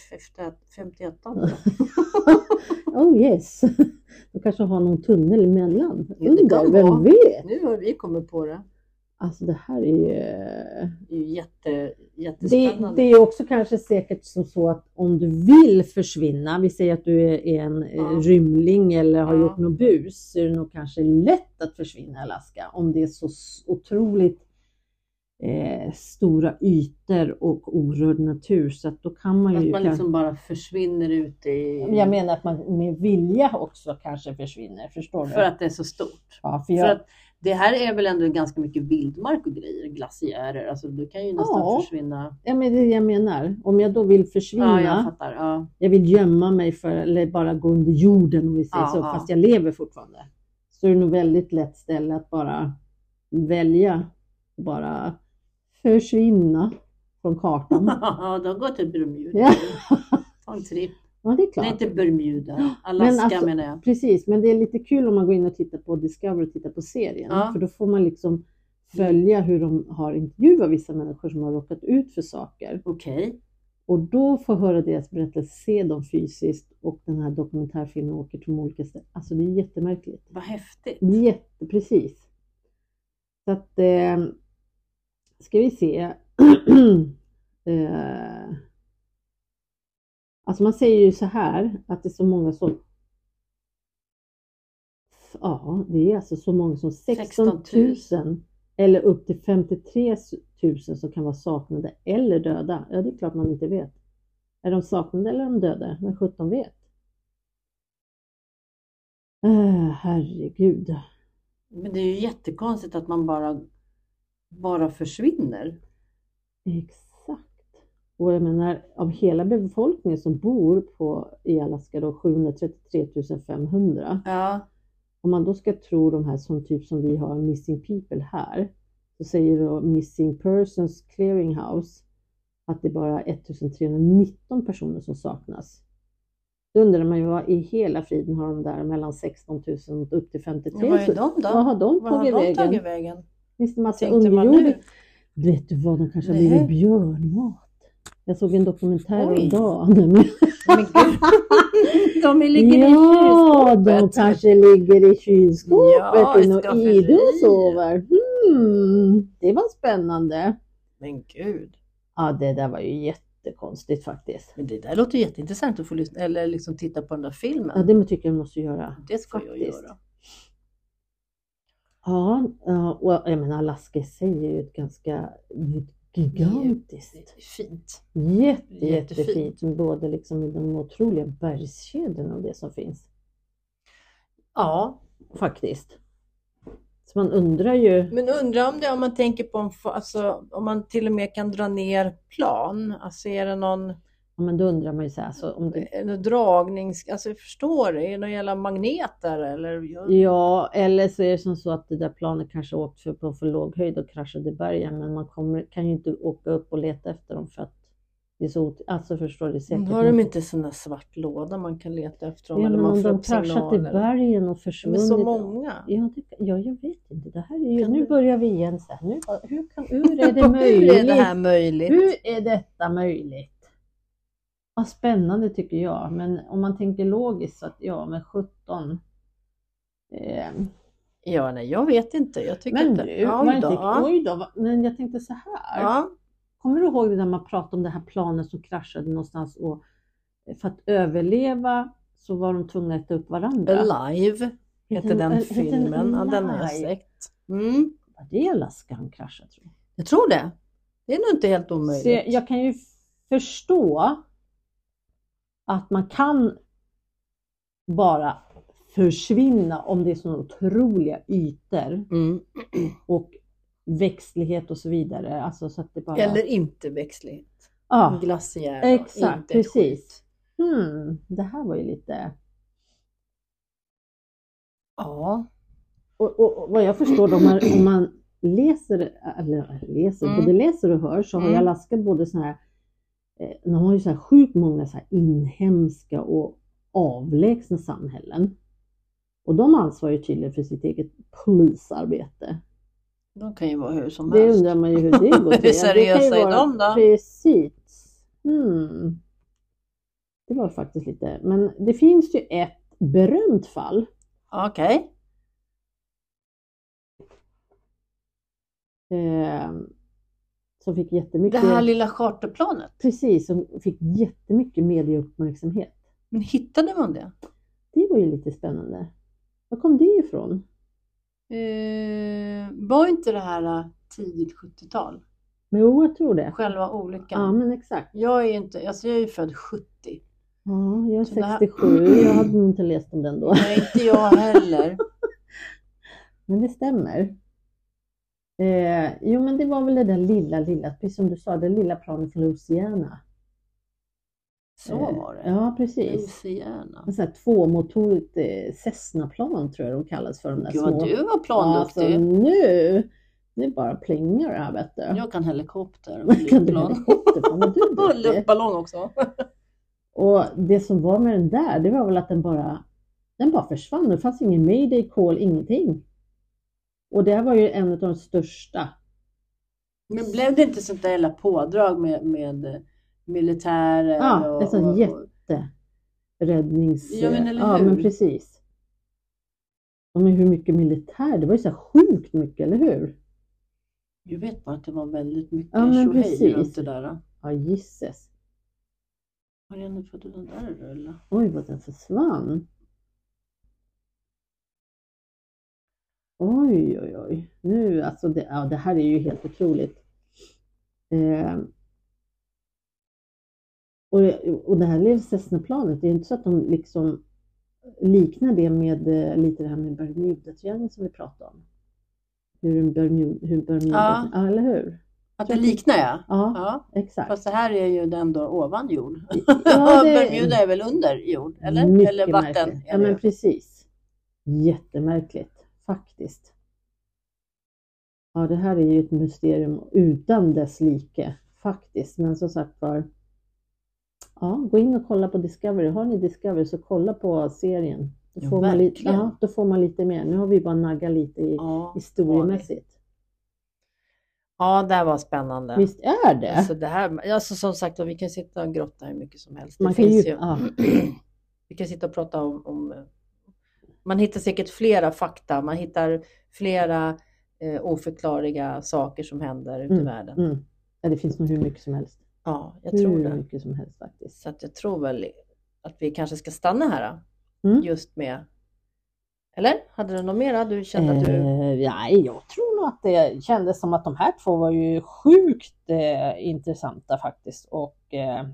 [SPEAKER 1] 51
[SPEAKER 2] [LAUGHS] oh yes, [LAUGHS] de kanske har någon tunnel emellan,
[SPEAKER 1] Ja, det kan
[SPEAKER 2] under, vem
[SPEAKER 1] vara.
[SPEAKER 2] vet?
[SPEAKER 1] Nu har vi kommit på det.
[SPEAKER 2] Alltså det här är ju...
[SPEAKER 1] Det är ju jätte,
[SPEAKER 2] Det,
[SPEAKER 1] jättespännande.
[SPEAKER 2] det är också kanske säkert som så att om du vill försvinna, vi säger att du är är en eh,
[SPEAKER 1] Ja.
[SPEAKER 2] rymling eller har
[SPEAKER 1] Ja.
[SPEAKER 2] gjort något bus, så är det nog kanske lätt att försvinna i Alaska om det är så s- otroligt eh, stora ytor och orörd natur. Så att då kan man ju...
[SPEAKER 1] att man
[SPEAKER 2] kan-
[SPEAKER 1] liksom bara försvinner ut i...
[SPEAKER 2] Jag menar att man med vilja också kanske försvinner, förstår du?
[SPEAKER 1] För att det är så stort.
[SPEAKER 2] ja, för
[SPEAKER 1] För
[SPEAKER 2] jag,
[SPEAKER 1] att det här är väl ändå ganska mycket vildmark och grejer, glaciärer. Alltså du kan ju nästan
[SPEAKER 2] Ja.
[SPEAKER 1] försvinna.
[SPEAKER 2] ja, men det är det jag menar. Om jag då vill försvinna
[SPEAKER 1] Ja, jag fattar. Ja.
[SPEAKER 2] jag vill gömma mig för, eller bara gå under jorden om vi säger
[SPEAKER 1] Ja,
[SPEAKER 2] så,
[SPEAKER 1] ja.
[SPEAKER 2] fast jag lever fortfarande. Så är det nog väldigt lätt ställe att bara välja, bara försvinna
[SPEAKER 1] [LAUGHS]
[SPEAKER 2] från kartan.
[SPEAKER 1] Ja, de går till Bermuda.
[SPEAKER 2] Ja.
[SPEAKER 1] [LAUGHS] Ta en tripp.
[SPEAKER 2] Ja, det är klart.
[SPEAKER 1] Nej, inte Bermuda. Alaska
[SPEAKER 2] Men alltså-
[SPEAKER 1] menar jag.
[SPEAKER 2] Precis, men det är lite kul om man går in och tittar på Discovery, tittar på serien,
[SPEAKER 1] Ja.
[SPEAKER 2] för då får man liksom följa hur de har intervjuat vissa människor som har råkat ut för saker.
[SPEAKER 1] Okej.
[SPEAKER 2] Och då få höra deras berättelse, se dem fysiskt och den här dokumentärfilmen åker till de olika ställen. Alltså det är jättemärkligt.
[SPEAKER 1] Vad häftigt.
[SPEAKER 2] Mm. Jätte, precis. Så att, eh, ska vi se. [CLEARS THROAT] eh, alltså man säger ju så här, att det är så många som Ja, det är alltså så många som 16 000 eller upp till 53 000 som kan vara saknade eller döda. Ja, det är klart man inte vet. Är de saknade eller är de döda? Men 17 vet? Äh, herregud.
[SPEAKER 1] Men det är ju jättekonstigt att man bara, bara försvinner.
[SPEAKER 2] Exakt. Och jag menar, av hela befolkningen som bor på, i Alaska då, 733 500.
[SPEAKER 1] Ja.
[SPEAKER 2] Om man då ska tro de här som typ som vi har Missing People här, så säger då Missing Persons Clearinghouse att det är bara 1319 personer som saknas. Då undrar man ju vad i hela friden har de där mellan 16 000 och upp till 53 000?
[SPEAKER 1] Vad är de då?
[SPEAKER 2] Vad har de
[SPEAKER 1] Vad har de
[SPEAKER 2] tagit vägen? Alltså,
[SPEAKER 1] tagit vägen?
[SPEAKER 2] Finns det massa
[SPEAKER 1] Tänkte man nu.
[SPEAKER 2] underjordiska? Vet du vad, de kanske har
[SPEAKER 1] Nej.
[SPEAKER 2] blivit björnmat. Jag såg en dokumentär
[SPEAKER 1] Oj.
[SPEAKER 2] idag. Nej, men-
[SPEAKER 1] Men gud. de är ligger i
[SPEAKER 2] ja, de
[SPEAKER 1] kylskåpet.
[SPEAKER 2] kanske ligger i kylskåpet
[SPEAKER 1] Ja, i
[SPEAKER 2] i något
[SPEAKER 1] skafferi.
[SPEAKER 2] ide och sover. Hmm, det var spännande.
[SPEAKER 1] Men gud.
[SPEAKER 2] Ja, det där var ju jättekonstigt faktiskt.
[SPEAKER 1] Men det där låter jätteintressant att få lyssna eller liksom titta på den där filmen.
[SPEAKER 2] Ja, det tycker jag vi måste göra.
[SPEAKER 1] det ska
[SPEAKER 2] faktiskt.
[SPEAKER 1] jag göra.
[SPEAKER 2] Ja, ja, och jag menar Alaska i sig är ju ett ganska gigantiskt
[SPEAKER 1] Det är Fint.
[SPEAKER 2] Jätte,
[SPEAKER 1] Jättefint.
[SPEAKER 2] jättefint, med både liksom i de otroliga bergskedjorna och det som finns
[SPEAKER 1] Ja,
[SPEAKER 2] faktiskt. Så man undrar ju,
[SPEAKER 1] men undrar om det om man tänker på om, fa- alltså, om man till och med kan dra ner plan. Alltså är det någon,
[SPEAKER 2] ja, men då undrar man ju så här, så om det,
[SPEAKER 1] är det dragnings... Alltså jag förstår det? Är det några jävla magneter eller?
[SPEAKER 2] ja, eller så är det som så att det där planet kanske åkt för, på för låg höjd och kraschade i bergen, men man kommer, kan ju inte åka upp och leta efter dem för att det är så, ot- alltså förstår du säkert.
[SPEAKER 1] Har de inte sån där svart låda man kan leta efter
[SPEAKER 2] ja,
[SPEAKER 1] dem?
[SPEAKER 2] men
[SPEAKER 1] man
[SPEAKER 2] om
[SPEAKER 1] får
[SPEAKER 2] de
[SPEAKER 1] upp
[SPEAKER 2] kraschat i
[SPEAKER 1] signaler?
[SPEAKER 2] bergen och
[SPEAKER 1] Men
[SPEAKER 2] försvunnit.
[SPEAKER 1] så många?
[SPEAKER 2] Ja, det, ja, jag vet inte. Det här är ju,
[SPEAKER 1] Kan
[SPEAKER 2] nu
[SPEAKER 1] du-
[SPEAKER 2] börjar vi igen så här. Nu, hur, kan,
[SPEAKER 1] [LAUGHS]
[SPEAKER 2] hur är det möjligt?
[SPEAKER 1] Hur är det här möjligt?
[SPEAKER 2] Hur är detta möjligt? Vad spännande tycker jag, men om man tänker logiskt så att ja, men 17. Eh,
[SPEAKER 1] Ja, nej, jag vet inte. Jag tycker
[SPEAKER 2] men
[SPEAKER 1] inte.
[SPEAKER 2] du,
[SPEAKER 1] ja,
[SPEAKER 2] var inte,
[SPEAKER 1] då. ja.
[SPEAKER 2] oj då, va- men jag tänkte så här.
[SPEAKER 1] Ja.
[SPEAKER 2] Kommer du ihåg det där man pratade om det här planet som kraschade någonstans och eh, för att överleva så var de tvungna att äta upp varandra.
[SPEAKER 1] Alive heter den,
[SPEAKER 2] Heter den
[SPEAKER 1] filmen. Ja, den har jag
[SPEAKER 2] Alive?
[SPEAKER 1] sett. Mm.
[SPEAKER 2] Var det Alaska han kraschade tror jag.
[SPEAKER 1] Jag tror det. Det är nog inte helt omöjligt.
[SPEAKER 2] Så jag, jag kan ju förstå att man kan bara försvinna om det är sådana otroliga ytor
[SPEAKER 1] Mm.
[SPEAKER 2] och växtlighet och så vidare. Alltså så att det bara...
[SPEAKER 1] Eller inte växtlighet.
[SPEAKER 2] Ja,
[SPEAKER 1] glaciär och
[SPEAKER 2] exakt,
[SPEAKER 1] inte ett skit.
[SPEAKER 2] precis. Hmm, det här var ju lite... Ja. Och, och, och vad jag förstår, då, om, man, om man läser, eller läser,
[SPEAKER 1] Mm.
[SPEAKER 2] både läser och hör, så har ju
[SPEAKER 1] Mm.
[SPEAKER 2] Alaska både så här, eh, de har ju så här sjukt många så här inhemska och avlägsna samhällen. Och de ansvarar ju tydligen för sitt eget polisarbete.
[SPEAKER 1] De kan ju vara hur som
[SPEAKER 2] Det
[SPEAKER 1] helst.
[SPEAKER 2] undrar man ju
[SPEAKER 1] [LAUGHS]
[SPEAKER 2] hur det går till.
[SPEAKER 1] Hur seriösa
[SPEAKER 2] Det kan ju
[SPEAKER 1] är
[SPEAKER 2] vara-
[SPEAKER 1] de då?
[SPEAKER 2] Precis. Hmm. Det var faktiskt lite, men det finns ju ett berömt fall.
[SPEAKER 1] Okej.
[SPEAKER 2] Eh, som fick jättemycket,
[SPEAKER 1] Det här lilla charterplanet.
[SPEAKER 2] precis, som fick jättemycket medieuppmärksamhet.
[SPEAKER 1] Men hittade man det?
[SPEAKER 2] Det var ju lite spännande. Var kom det ifrån?
[SPEAKER 1] Eh, var inte det här eh, tidigt 70-tal?
[SPEAKER 2] Men jo, jag tror det.
[SPEAKER 1] Själva olyckan.
[SPEAKER 2] Ja, men exakt.
[SPEAKER 1] Jag är ju inte, alltså jag är ju född 70.
[SPEAKER 2] Ja, jag är
[SPEAKER 1] Så det här-
[SPEAKER 2] 67, jag hade nog inte läst om den då.
[SPEAKER 1] Nej, inte jag
[SPEAKER 2] [LAUGHS]
[SPEAKER 1] heller.
[SPEAKER 2] Men det stämmer. Eh, jo, men det var väl det där lilla, lilla, precis som du sa, det lilla planet från Louisiana.
[SPEAKER 1] Så var det.
[SPEAKER 2] Ja, precis.
[SPEAKER 1] Louisiana.
[SPEAKER 2] En sån här tvåmotorigt eh, Cessna-plan tror jag de kallas för, de där
[SPEAKER 1] Gud
[SPEAKER 2] små.
[SPEAKER 1] vad du var
[SPEAKER 2] Alltså, Ja,
[SPEAKER 1] planduktig.
[SPEAKER 2] Alltså, nu, nu bara plingar det här vet du.
[SPEAKER 1] Jag kan helikopter
[SPEAKER 2] [LAUGHS]
[SPEAKER 1] och
[SPEAKER 2] kan du
[SPEAKER 1] flygplan.
[SPEAKER 2] helikopter? Fan,
[SPEAKER 1] [LAUGHS]
[SPEAKER 2] vad du
[SPEAKER 1] Och
[SPEAKER 2] är duktig.
[SPEAKER 1] luftballong också.
[SPEAKER 2] Och det som var med den där, det var väl att den bara, den bara försvann. Det fanns ingen mayday call, ingenting. Och det här var ju en av de största
[SPEAKER 1] Men blev det inte sånt där jävla pådrag med, med eh, militärer?
[SPEAKER 2] Ja,
[SPEAKER 1] och,
[SPEAKER 2] det är sån
[SPEAKER 1] och,
[SPEAKER 2] jätte- inte räddnings...
[SPEAKER 1] Ja, men eller
[SPEAKER 2] ja,
[SPEAKER 1] hur?
[SPEAKER 2] men precis. Ja, men hur mycket militär? Det var ju så här sjukt mycket, eller hur?
[SPEAKER 1] Jag vet bara att det var väldigt
[SPEAKER 2] Ja,
[SPEAKER 1] mycket
[SPEAKER 2] men
[SPEAKER 1] tjohej
[SPEAKER 2] precis.
[SPEAKER 1] runt det där.
[SPEAKER 2] Ja, gisses.
[SPEAKER 1] Har jag nu fått den där att rulla?
[SPEAKER 2] Oj, vad den försvann. Oj, oj, oj. Nu, alltså, det, ja, det här är ju helt otroligt. Eh, och, och det här lilla Cessna-planet, det är ju inte så att de liksom liknar det med eh, lite det här med Bermudatriangeln som vi pratade om. Hur en Bermuda, hur Bermuda,
[SPEAKER 1] Ja.
[SPEAKER 2] ja, eller hur?
[SPEAKER 1] Att det liknar jag?
[SPEAKER 2] Ja,
[SPEAKER 1] Ja,
[SPEAKER 2] exakt.
[SPEAKER 1] fast det här är ju den då ovan jord.
[SPEAKER 2] Ja, det-
[SPEAKER 1] Bermuda är väl under jord? Eller,
[SPEAKER 2] Mycket
[SPEAKER 1] eller vatten?
[SPEAKER 2] märkligt.
[SPEAKER 1] är
[SPEAKER 2] Ja,
[SPEAKER 1] det.
[SPEAKER 2] men precis. Jättemärkligt, faktiskt. Ja, det här är ju ett mysterium utan dess like, faktiskt. Men som sagt var, ja, gå in och kolla på Discovery. Har ni Discovery så kolla på serien. Då
[SPEAKER 1] Ja,
[SPEAKER 2] får, man lite,
[SPEAKER 1] verkligen.
[SPEAKER 2] ja, då får man lite mer. Nu har vi bara naggat lite i
[SPEAKER 1] ja.
[SPEAKER 2] historiemässigt.
[SPEAKER 1] ja, det här var spännande.
[SPEAKER 2] Visst är det?
[SPEAKER 1] Alltså det här, alltså som sagt vi kan sitta och grotta hur mycket som helst.
[SPEAKER 2] Man
[SPEAKER 1] Det
[SPEAKER 2] kan ju,
[SPEAKER 1] finns ju,
[SPEAKER 2] ja,
[SPEAKER 1] [CLEARS THROAT] vi kan sitta och prata om, om... Man hittar säkert flera fakta, man hittar flera eh, oförklarliga saker som händer ute i världen.
[SPEAKER 2] mm. ja, det finns nog hur mycket som helst.
[SPEAKER 1] Ja, jag tror
[SPEAKER 2] hur
[SPEAKER 1] det.
[SPEAKER 2] mycket som helst faktiskt.
[SPEAKER 1] Så att jag tror väl att vi kanske ska stanna här. då.
[SPEAKER 2] Mm.
[SPEAKER 1] Just med... Eller? Hade du något mera du kände att du...
[SPEAKER 2] Eh, nej, jag tror nog att det kändes som att de här två var ju sjukt eh, intressanta faktiskt. Och eh,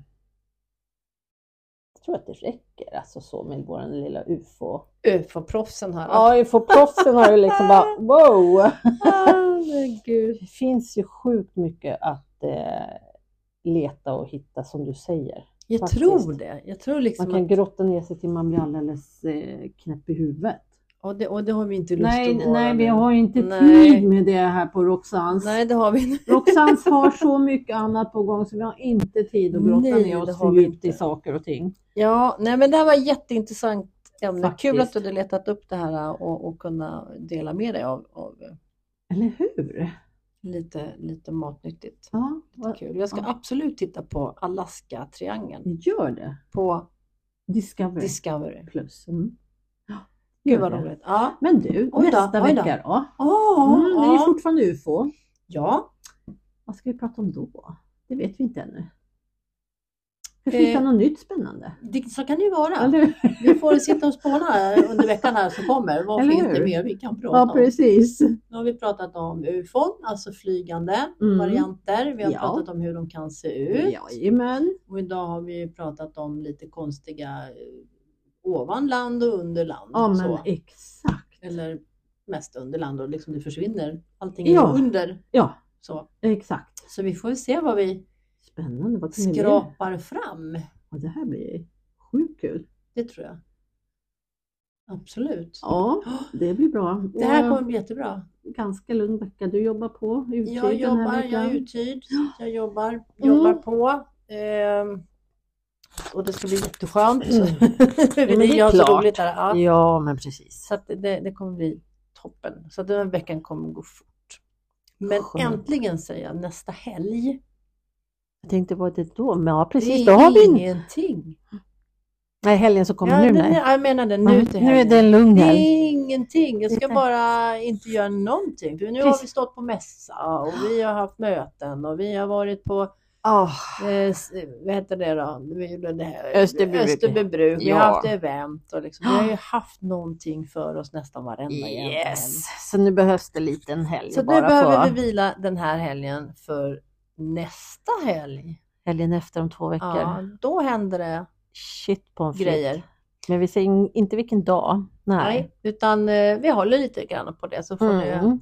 [SPEAKER 2] jag tror att det räcker alltså så med vår lilla ufo.
[SPEAKER 1] ufo-proffsen här?
[SPEAKER 2] Ja, [LAUGHS] ufo-proffsen har ju liksom [LAUGHS] bara wow!
[SPEAKER 1] Herregud.
[SPEAKER 2] Det finns ju sjukt mycket att eh, leta och hitta som du säger.
[SPEAKER 1] Jag
[SPEAKER 2] Faktiskt.
[SPEAKER 1] tror det. Jag tror liksom
[SPEAKER 2] Man kan
[SPEAKER 1] att,
[SPEAKER 2] grotta ner sig till man blir alldeles eh, knäpp i huvudet.
[SPEAKER 1] och, det, och det har vi inte lust
[SPEAKER 2] Nej,
[SPEAKER 1] att vara
[SPEAKER 2] nej, vi
[SPEAKER 1] nu.
[SPEAKER 2] har ju inte
[SPEAKER 1] Nej.
[SPEAKER 2] tid med det här på Roxans.
[SPEAKER 1] Nej, det har vi inte.
[SPEAKER 2] Roxans har så mycket annat på gång så vi har inte tid att grotta
[SPEAKER 1] Nej,
[SPEAKER 2] ner
[SPEAKER 1] det
[SPEAKER 2] oss
[SPEAKER 1] har
[SPEAKER 2] för
[SPEAKER 1] vi
[SPEAKER 2] djupt i
[SPEAKER 1] inte.
[SPEAKER 2] saker och ting.
[SPEAKER 1] Ja, nej men det här var jätteintressant ämne. Kul
[SPEAKER 2] Faktiskt.
[SPEAKER 1] att du hade letat upp det här och, och kunna dela med dig av, av
[SPEAKER 2] Eller hur?
[SPEAKER 1] lite, lite matnyttigt.
[SPEAKER 2] Ja, vad-
[SPEAKER 1] Kul. Jag ska
[SPEAKER 2] Ja.
[SPEAKER 1] absolut titta på Alaska-triangeln
[SPEAKER 2] gör det.
[SPEAKER 1] på
[SPEAKER 2] Discovery
[SPEAKER 1] Discovery.
[SPEAKER 2] plus. Mm.
[SPEAKER 1] Gud vad
[SPEAKER 2] Gör det.
[SPEAKER 1] roligt. Ja,
[SPEAKER 2] Men du,
[SPEAKER 1] Oj då,
[SPEAKER 2] nästa
[SPEAKER 1] oj då.
[SPEAKER 2] vecka då?
[SPEAKER 1] oh,
[SPEAKER 2] Mm, det är ju
[SPEAKER 1] ja.
[SPEAKER 2] fortfarande UFO.
[SPEAKER 1] ja.
[SPEAKER 2] Vad ska vi prata om då? Det vet vi inte ännu. Ska
[SPEAKER 1] Eh,
[SPEAKER 2] vi hitta något nytt spännande?
[SPEAKER 1] Det, så kan det ju vara.
[SPEAKER 2] Eller hur?
[SPEAKER 1] Vi får sitta och spåna här under veckan här som kommer. Vad
[SPEAKER 2] Eller
[SPEAKER 1] finns det
[SPEAKER 2] hur?
[SPEAKER 1] mer vi kan prata
[SPEAKER 2] Ja,
[SPEAKER 1] om?
[SPEAKER 2] precis.
[SPEAKER 1] Nu har vi pratat om ufon, alltså flygande
[SPEAKER 2] Mm.
[SPEAKER 1] varianter. Vi har
[SPEAKER 2] Ja.
[SPEAKER 1] pratat om hur de kan se ut.
[SPEAKER 2] Jajamän.
[SPEAKER 1] Och idag har vi ju pratat om lite konstiga eh, ovan land och under land.
[SPEAKER 2] Ja, men
[SPEAKER 1] så.
[SPEAKER 2] exakt.
[SPEAKER 1] Eller mest under land och liksom det försvinner. Allting är
[SPEAKER 2] Ja.
[SPEAKER 1] under.
[SPEAKER 2] Ja,
[SPEAKER 1] Så.
[SPEAKER 2] exakt.
[SPEAKER 1] så vi får ju se vad vi
[SPEAKER 2] Spännande, vad kan det bli?
[SPEAKER 1] skrapar fram.
[SPEAKER 2] Ja, det här blir sjukt kul.
[SPEAKER 1] Det tror jag. Absolut.
[SPEAKER 2] Ja, det blir bra.
[SPEAKER 1] Det här
[SPEAKER 2] Och
[SPEAKER 1] kommer bli jättebra.
[SPEAKER 2] Ganska lugn vecka. Du jobbar på, uttyd
[SPEAKER 1] Jag
[SPEAKER 2] den här
[SPEAKER 1] jobbar, jag
[SPEAKER 2] veckan.
[SPEAKER 1] är uthyrd, jag jobbar, jobbar
[SPEAKER 2] Mm.
[SPEAKER 1] på. Ehm, och det ska bli jätteskönt. För
[SPEAKER 2] Mm. men
[SPEAKER 1] [LAUGHS] det
[SPEAKER 2] det är
[SPEAKER 1] är jag har så
[SPEAKER 2] klart.
[SPEAKER 1] roligt här. Ja.
[SPEAKER 2] Ja, men precis.
[SPEAKER 1] Så att det, det kommer bli toppen. Så den här veckan kommer gå fort. Men
[SPEAKER 2] Skönt.
[SPEAKER 1] äntligen säger jag, nästa helg.
[SPEAKER 2] Jag tänkte, vad är det då? Men ja, precis,
[SPEAKER 1] det
[SPEAKER 2] då
[SPEAKER 1] är
[SPEAKER 2] har vi en...
[SPEAKER 1] ingenting.
[SPEAKER 2] Nej, helgen som kommer
[SPEAKER 1] ja,
[SPEAKER 2] nu.
[SPEAKER 1] den,
[SPEAKER 2] Nej.
[SPEAKER 1] är- Jag menar den nu till
[SPEAKER 2] nu är
[SPEAKER 1] helgen.
[SPEAKER 2] det en lugn
[SPEAKER 1] Det
[SPEAKER 2] helg.
[SPEAKER 1] är ingenting. Jag ska
[SPEAKER 2] Det-
[SPEAKER 1] bara inte göra någonting. För nu har vi
[SPEAKER 2] Precis.
[SPEAKER 1] stått på mässa och vi har haft möten och vi har varit på,
[SPEAKER 2] Ah,
[SPEAKER 1] eh, s- vad heter det då? Vi gjorde det här-
[SPEAKER 2] Österbybruk.
[SPEAKER 1] Österbybruk. Vi har
[SPEAKER 2] Ja.
[SPEAKER 1] haft event och liksom, vi har ju haft någonting för oss nästan varenda jävla helg.
[SPEAKER 2] yes. Så nu behövs det lite en helg
[SPEAKER 1] Så nu
[SPEAKER 2] bara
[SPEAKER 1] behöver
[SPEAKER 2] för
[SPEAKER 1] vi vila den här helgen för nästa helg.
[SPEAKER 2] helgen efter om två veckor.
[SPEAKER 1] Ja, då händer det
[SPEAKER 2] Shit på en
[SPEAKER 1] grejer.
[SPEAKER 2] Men vi säger in- inte vilken dag.
[SPEAKER 1] Nej.
[SPEAKER 2] Nej.
[SPEAKER 1] utan eh, vi håller lite grann på det så får ni
[SPEAKER 2] Mm.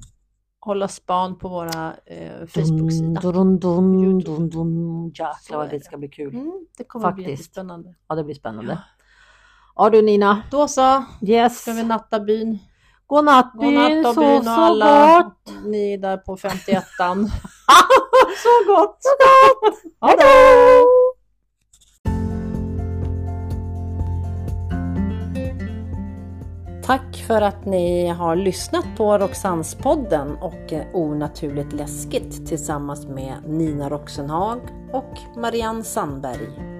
[SPEAKER 1] hålla span på våra eh, Facebook-sida.
[SPEAKER 2] Dun, dun, dun,
[SPEAKER 1] Youtube.
[SPEAKER 2] dun, dun.
[SPEAKER 1] Så
[SPEAKER 2] Jäklar
[SPEAKER 1] är
[SPEAKER 2] vad det
[SPEAKER 1] det.
[SPEAKER 2] ska bli kul.
[SPEAKER 1] Mm, det kommer
[SPEAKER 2] Faktiskt.
[SPEAKER 1] bli jättespännande.
[SPEAKER 2] Ja, det blir spännande. Ja du Nina.
[SPEAKER 1] Då så,
[SPEAKER 2] Yes.
[SPEAKER 1] ska vi natta byn.
[SPEAKER 2] Godnatt
[SPEAKER 1] God natt
[SPEAKER 2] byn.
[SPEAKER 1] och
[SPEAKER 2] Sov
[SPEAKER 1] byn
[SPEAKER 2] så
[SPEAKER 1] och alla
[SPEAKER 2] gott.
[SPEAKER 1] ni där på 51an.
[SPEAKER 2] Så gott. Så gott. Hejdå.
[SPEAKER 1] Tack för att ni har lyssnat på Roxannespodden och eh, Onaturligt läskigt tillsammans med Nina Roxenhag och Marianne Sandberg.